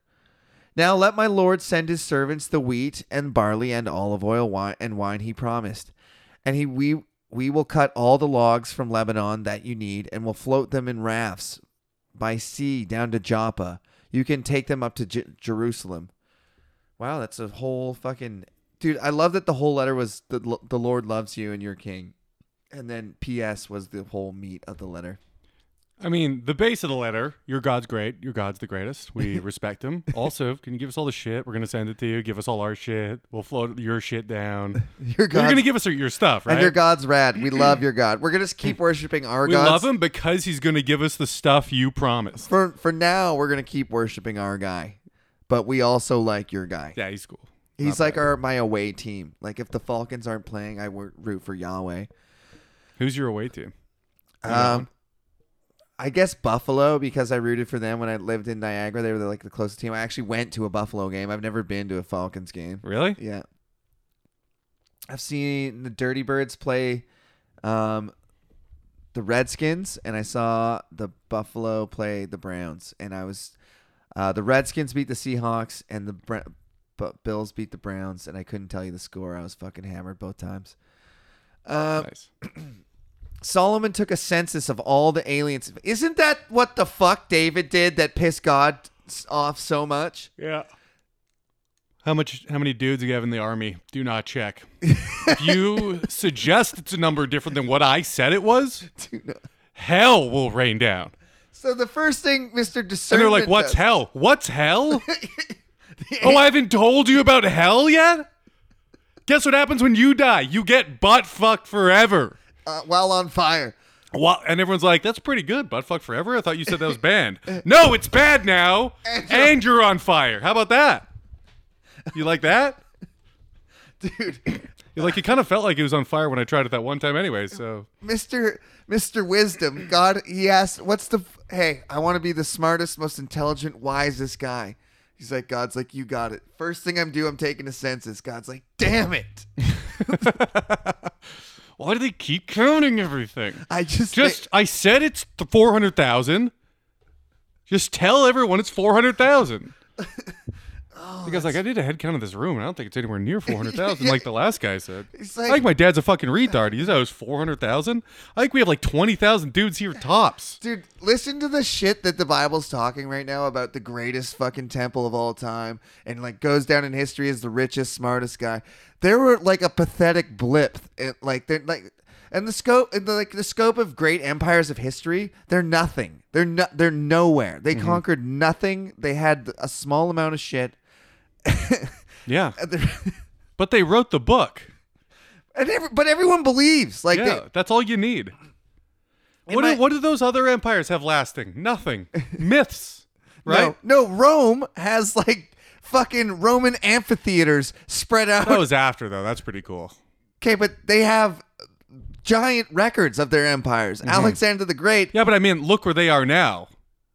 S3: Now let my lord send his servants the wheat and barley and olive oil wine and wine he promised. And he we we will cut all the logs from Lebanon that you need and will float them in rafts by sea down to Joppa. You can take them up to J- Jerusalem. Wow, that's a whole fucking dude. I love that the whole letter was the L- the Lord loves you and you're king, and then P.S. was the whole meat of the letter.
S1: I mean, the base of the letter, your God's great, your God's the greatest. We respect him. Also, can you give us all the shit? We're going to send it to you. Give us all our shit. We'll float your shit down.
S3: Your
S1: You're
S3: God's,
S1: going to give us your stuff, right?
S3: and your God's rad. We love your God. We're gonna just keep worshiping our
S1: we
S3: gods.
S1: love him because he's going to give us the stuff you promised.
S3: For for now, we're gonna keep worshiping our guy, but we also like your guy.
S1: Yeah, he's cool.
S3: He's like our my away team. Like if the Falcons aren't playing, I wo- root for Yahweh.
S1: Who's your away team?
S3: Um, I guess Buffalo because I rooted for them when I lived in Niagara. They were like the closest team. I actually went to a Buffalo game. I've never been to a Falcons game.
S1: Really?
S3: Yeah, I've seen the Dirty Birds play um, the Redskins, and I saw the Buffalo play the Browns, and I was uh, the Redskins beat the Seahawks, and the Bra- Bu- Bills beat the Browns, and I couldn't tell you the score. I was fucking hammered both times. Um,
S1: Nice.
S3: Solomon took a census of all the aliens. Isn't that what the fuck David did that pissed God s- off so much?
S1: Yeah. How much? How many dudes you have in the army? Do not check. if you suggest it's a number different than what I said it was, hell will rain down.
S3: So the first thing Mr.
S1: And
S3: Discernment
S1: they're like, "What's
S3: does-
S1: hell? What's hell? oh, I haven't told you about hell yet. Guess what happens when you die? You get butt fucked forever."
S3: uh, while on fire.
S1: Wow. And everyone's like, that's pretty good, butt fuck forever. I thought you said that was banned. no, it's bad now. And you're, on fire. How about that? You like that?
S3: Dude,
S1: You're like, it kind of felt like it was on fire when I tried it that one time anyway. So
S3: Mr. Mr. Wisdom, God, he asked, "What's the f- Hey, I want to be the smartest, most intelligent, wisest guy." He's like, God's like, "You got it." First thing I'm doing, I'm taking a census. God's like, "Damn it."
S1: why do they keep counting everything?
S3: I just
S1: Just, I said it's th- 400,000. Just tell everyone it's 400,000.
S3: Oh,
S1: the guy's like, I did a head count of this room, and I don't think it's anywhere near 400,000 like the last guy said.
S3: It's
S1: I
S3: like-
S1: think my dad's a fucking retard. He said it was 400,000. I think we have like 20,000 dudes here tops.
S3: Dude, listen to the shit that the Bible's talking right now about the greatest fucking temple of all time and like goes down in history as the richest, smartest guy. There were like a pathetic blip it, like they're like and the scope and the, like the scope of great empires of history, they're nothing. They're no, they're nowhere. They
S1: Mm-hmm.
S3: conquered nothing. They had a small amount of shit.
S1: Yeah.
S3: And they're-
S1: But they wrote the book.
S3: and every, but everyone believes like
S1: Yeah, that's all you need. What,
S3: my-
S1: do, what do those other empires have lasting? Nothing. Myths,
S3: they,
S1: right?
S3: no, no Rome has like fucking Roman amphitheaters spread out
S1: That was after, though. That's pretty cool.
S3: Okay, but they have giant records of their empires. Alexander the Great.
S1: Mm-hmm. Yeah, but I mean, look where they are now.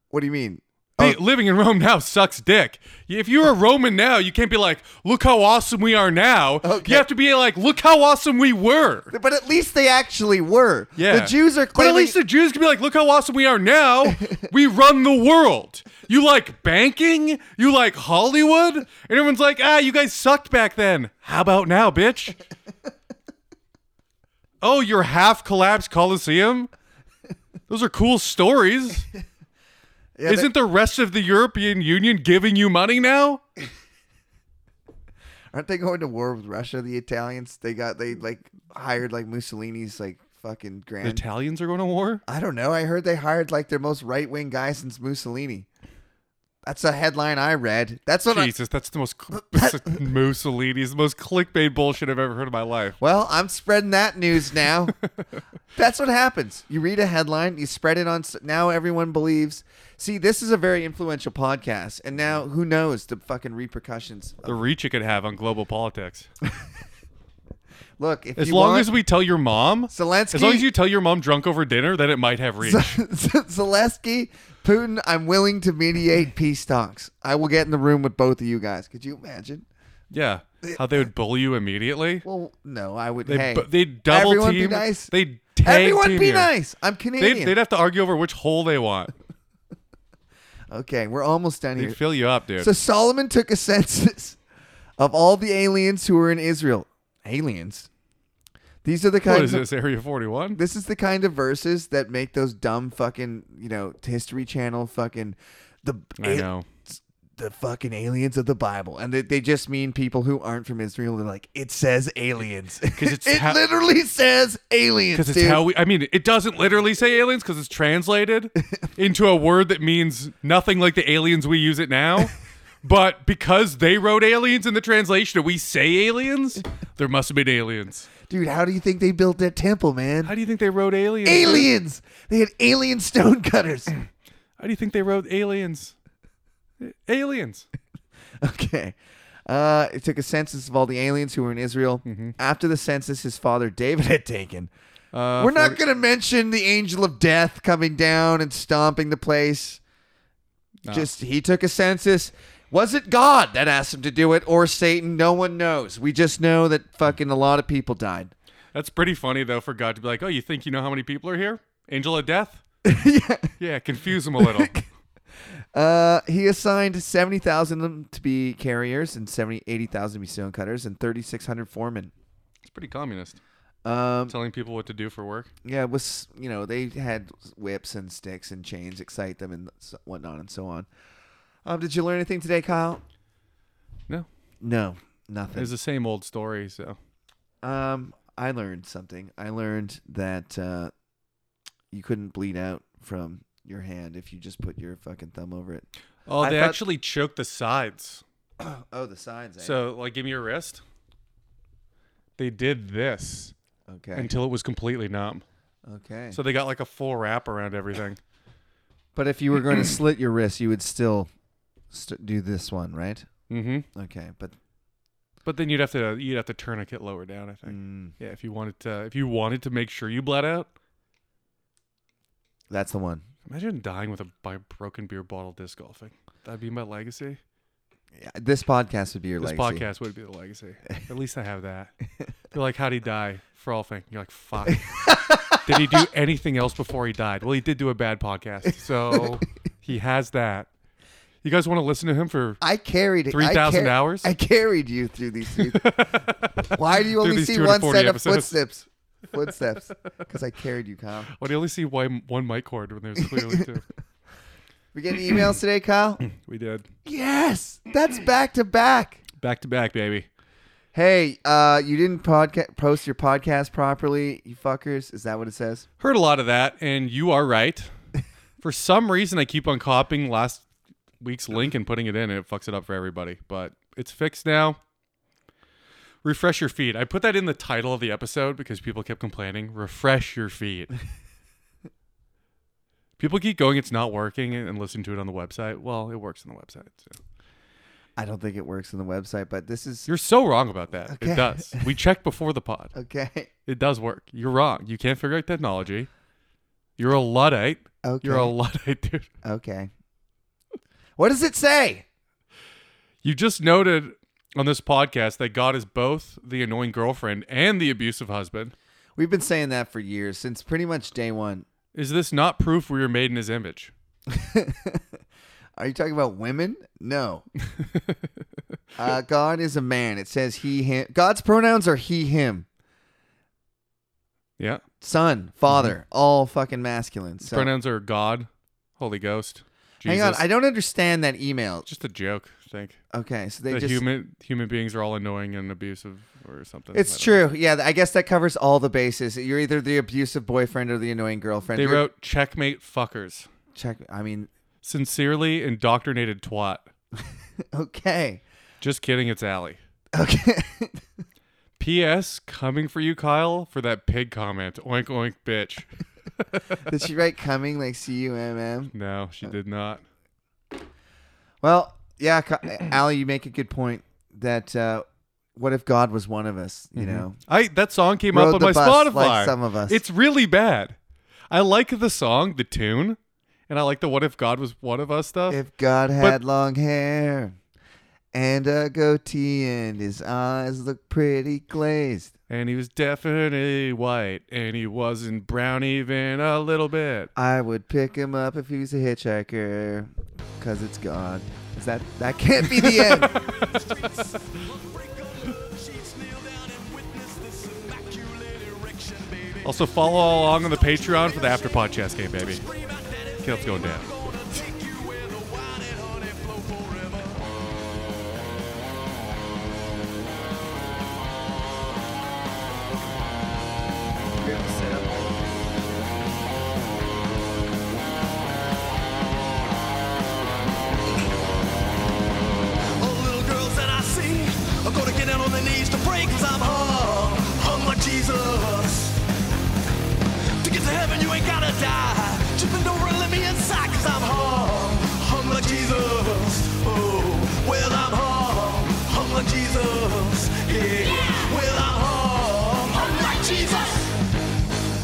S3: What do you mean?
S1: They- living in Rome now sucks dick. If you're a Roman now, you can't be like, look how awesome we are now.
S3: Okay.
S1: You have to be like, look how awesome we were.
S3: Oh, But at least they actually were.
S1: Yeah.
S3: The Jews are
S1: But
S3: claiming.
S1: at least the Jews can be like, look how awesome we are now. we run the world. You like banking? You like Hollywood? And everyone's like, ah, you guys sucked back then. How about now, bitch? oh, your half collapsed Colosseum? Those are cool stories.
S3: Yeah,
S1: Isn't the rest of the European Union giving you money now?
S3: they- aren't they going to war with Russia? The Italians. They got. They like hired like Mussolini's like fucking
S1: The
S3: grand.
S1: Italians are going to war?
S3: I don't know. I heard they hired like their most right wing guy since Mussolini. That's a headline I read. That's what. I,
S1: Jesus, that's the most Mussolini's the most clickbait bullshit I've ever heard in my life.
S3: well, I'm spreading that news now. That's what happens. You read a headline, you spread it on. Now everyone believes. See, this is a very influential podcast, and now who knows the fucking repercussions.
S1: The reach it could have on global politics.
S3: Look, if
S1: As
S3: you
S1: long
S3: want,
S1: as we tell your mom,
S3: Zelensky,
S1: as long as you tell your mom drunk over dinner, then it might have reach.
S3: Zelensky, Putin, I'm willing to mediate peace talks. I will get in the room with both of you guys. Could you imagine?
S1: yeah, how they would bully you immediately.
S3: Well, no, I would.
S1: They
S3: hey,
S1: bu- they double
S3: everyone
S1: team.
S3: Be nice.
S1: They tag
S3: everyone
S1: team
S3: be
S1: you.
S3: nice. I'm
S1: They'd,
S3: Canadian.
S1: they'd have to argue over which hole they want.
S3: Okay, we're almost done
S1: They
S3: here.
S1: fill you up, dude.
S3: So Solomon took a census of all the aliens who were in Israel. Aliens. These are the kinds
S1: what is
S3: of
S1: this, Area 41?
S3: this is the kind of verses that make those dumb fucking you know History Channel fucking the
S1: I know.
S3: the fucking aliens of the Bible, and they, they just mean people who aren't from Israel. They're like, it says aliens.
S1: it's
S3: it
S1: how-
S3: literally says aliens.
S1: Because it's
S3: dude.
S1: how we. I mean, it doesn't literally say aliens because it's translated into a word that means nothing like the aliens we use it now. But because they wrote aliens in the translation and we say aliens, there must have been aliens.
S3: dude. How do you think they built that temple, man?
S1: How do you think they wrote aliens?
S3: aliens. They had alien stone cutters.
S1: How do you think they wrote aliens? Aliens.
S3: Okay. Uh, it took a census of all the aliens who were in Israel. After the census, his father David had taken.
S1: Uh,
S3: we're not going to mention the angel of death coming down and stomping the place. Just he took a census. Was it God that asked him to do it or Satan? No one knows. We just know that fucking a lot of people died.
S1: That's pretty funny though for God to be like, "Oh, you think you know how many people are here? Angel of Death." yeah. yeah, confuse them a little.
S3: Uh, he assigned 70,000 of them to be carriers and 70, 80,000 to be stone cutters and 3,600 foremen.
S1: it's pretty communist,
S3: Um,
S1: telling people what to do for work.
S3: yeah, it was you know they had whips and sticks and chains excite them and so- whatnot and so on. Um, did you learn anything today, Kyle?
S1: No,
S3: No, nothing.
S1: it's the same old story. So
S3: Um, I learned something. I learned that uh, you couldn't bleed out from your hand if you just put your fucking thumb over it.
S1: Oh,
S3: I
S1: they
S3: thought-
S1: actually choke the sides.
S3: Oh, the signs. Eh?
S1: So, like, give me your wrist. They did this
S3: okay,
S1: until it was completely numb.
S3: okay.
S1: So they got like a full wrap around everything.
S3: but if you were going to slit your wrist, you would still st- do this one, right?
S1: mm-hmm.
S3: Okay, but
S1: But then you'd have to you'd have to tourniquet lower down. I
S3: Mm.
S1: think. Yeah, if you wanted to, if you wanted to make sure you bled out.
S3: that's the one.
S1: Imagine dying with a by broken beer bottle disc golfing. That'd be my legacy.
S3: Yeah, This podcast would be your
S1: This
S3: legacy.
S1: podcast would be the legacy. At least I have that. They're like, how'd he die? Frolfing. You're like, fuck. did he do anything else before he died? Well, he did do a bad podcast. So he has that. You guys want to listen to him for.
S3: I carried I
S1: 3,000
S3: car-
S1: hours?
S3: I carried you through these. Three- Why do you only
S1: these
S3: see one
S1: 240
S3: set of
S1: episodes.
S3: footsteps? Footsteps, because I carried you, Kyle.
S1: Well, you only see one, one mic cord when there's clearly two.
S3: We getting emails today, Kyle?
S1: We did.
S3: yes, that's back to back.
S1: Back to back, baby.
S3: Hey, uh, you didn't podca- post your podcast properly, you fuckers. Is that what it says?
S1: Heard a lot of that, and you are right. For some reason, I keep on copying last week's link and putting it in, and it fucks it up for everybody. But it's fixed now. Refresh your feed. I put that in the title of the episode because people kept complaining. Refresh your feed. people keep going, it's not working, and and listen to it on the website. Well, it works on the website. so.
S3: I don't think it works on the website, but this is
S1: You're so wrong about that.
S3: Okay.
S1: It does. We checked before the pod.
S3: okay.
S1: It does work. You're wrong. You can't figure out technology. You're a Luddite.
S3: Okay.
S1: You're a Luddite, dude.
S3: Okay. What does it say?
S1: You just noted on this podcast that God is both the annoying girlfriend and the abusive husband.
S3: We've been saying that for years, since pretty much day one.
S1: Is this not proof we are made in his image?
S3: Are you talking about women? No. uh, God is a man. It says he, him. God's pronouns are he, him,
S1: Yeah.
S3: son, father, all fucking masculine. So,
S1: Mm-hmm. Pronouns are God, Holy Ghost, Jesus.
S3: hang on, I don't understand that email.
S1: just a joke, I think.
S3: Okay, so they
S1: That
S3: just.
S1: human human beings are all annoying and abusive or something. I
S3: It's
S1: don't
S3: true. Yeah, I guess that covers all the bases. You're either the abusive boyfriend or the annoying girlfriend.
S1: know. They
S3: You're-
S1: wrote checkmate fuckers.
S3: check. I mean,
S1: Sincerely indoctrinated twat.
S3: okay,
S1: Just kidding, it's Allie.
S3: okay.
S1: P.S. Coming for you, Kyle, for that pig comment. Oink oink, bitch.
S3: Did she write coming like C U M M?
S1: No, she did not.
S3: Well, yeah, Ca- Allie, you make a good point. That uh, what if God was one of us? You
S1: Mm-hmm.
S3: know,
S1: I that song came
S3: Rode
S1: up on
S3: the
S1: my
S3: bus
S1: Spotify.
S3: like some of us.
S1: It's really bad. I like the song, the tune, and I like the "What if God was one of us" stuff.
S3: If God had long hair and a goatee and his eyes look pretty glazed.
S1: and he was definitely white, and he wasn't brown even a little bit.
S3: I would pick him up if he was a hitchhiker. because it's gone. Is that that can't be the end?
S1: Also, follow along on the Patreon for the after podcast game, baby. Kilt's going down.
S2: All the little girls that I see are gonna get down on their knees to pray i I'm hung, hung like Jesus. To get to heaven, you ain't gotta die. Just bend over and let me inside i I'm hung, hung like Jesus. Oh, well, I'm hung, hung like Jesus. Yeah, well, I'm hung, hung like Jesus.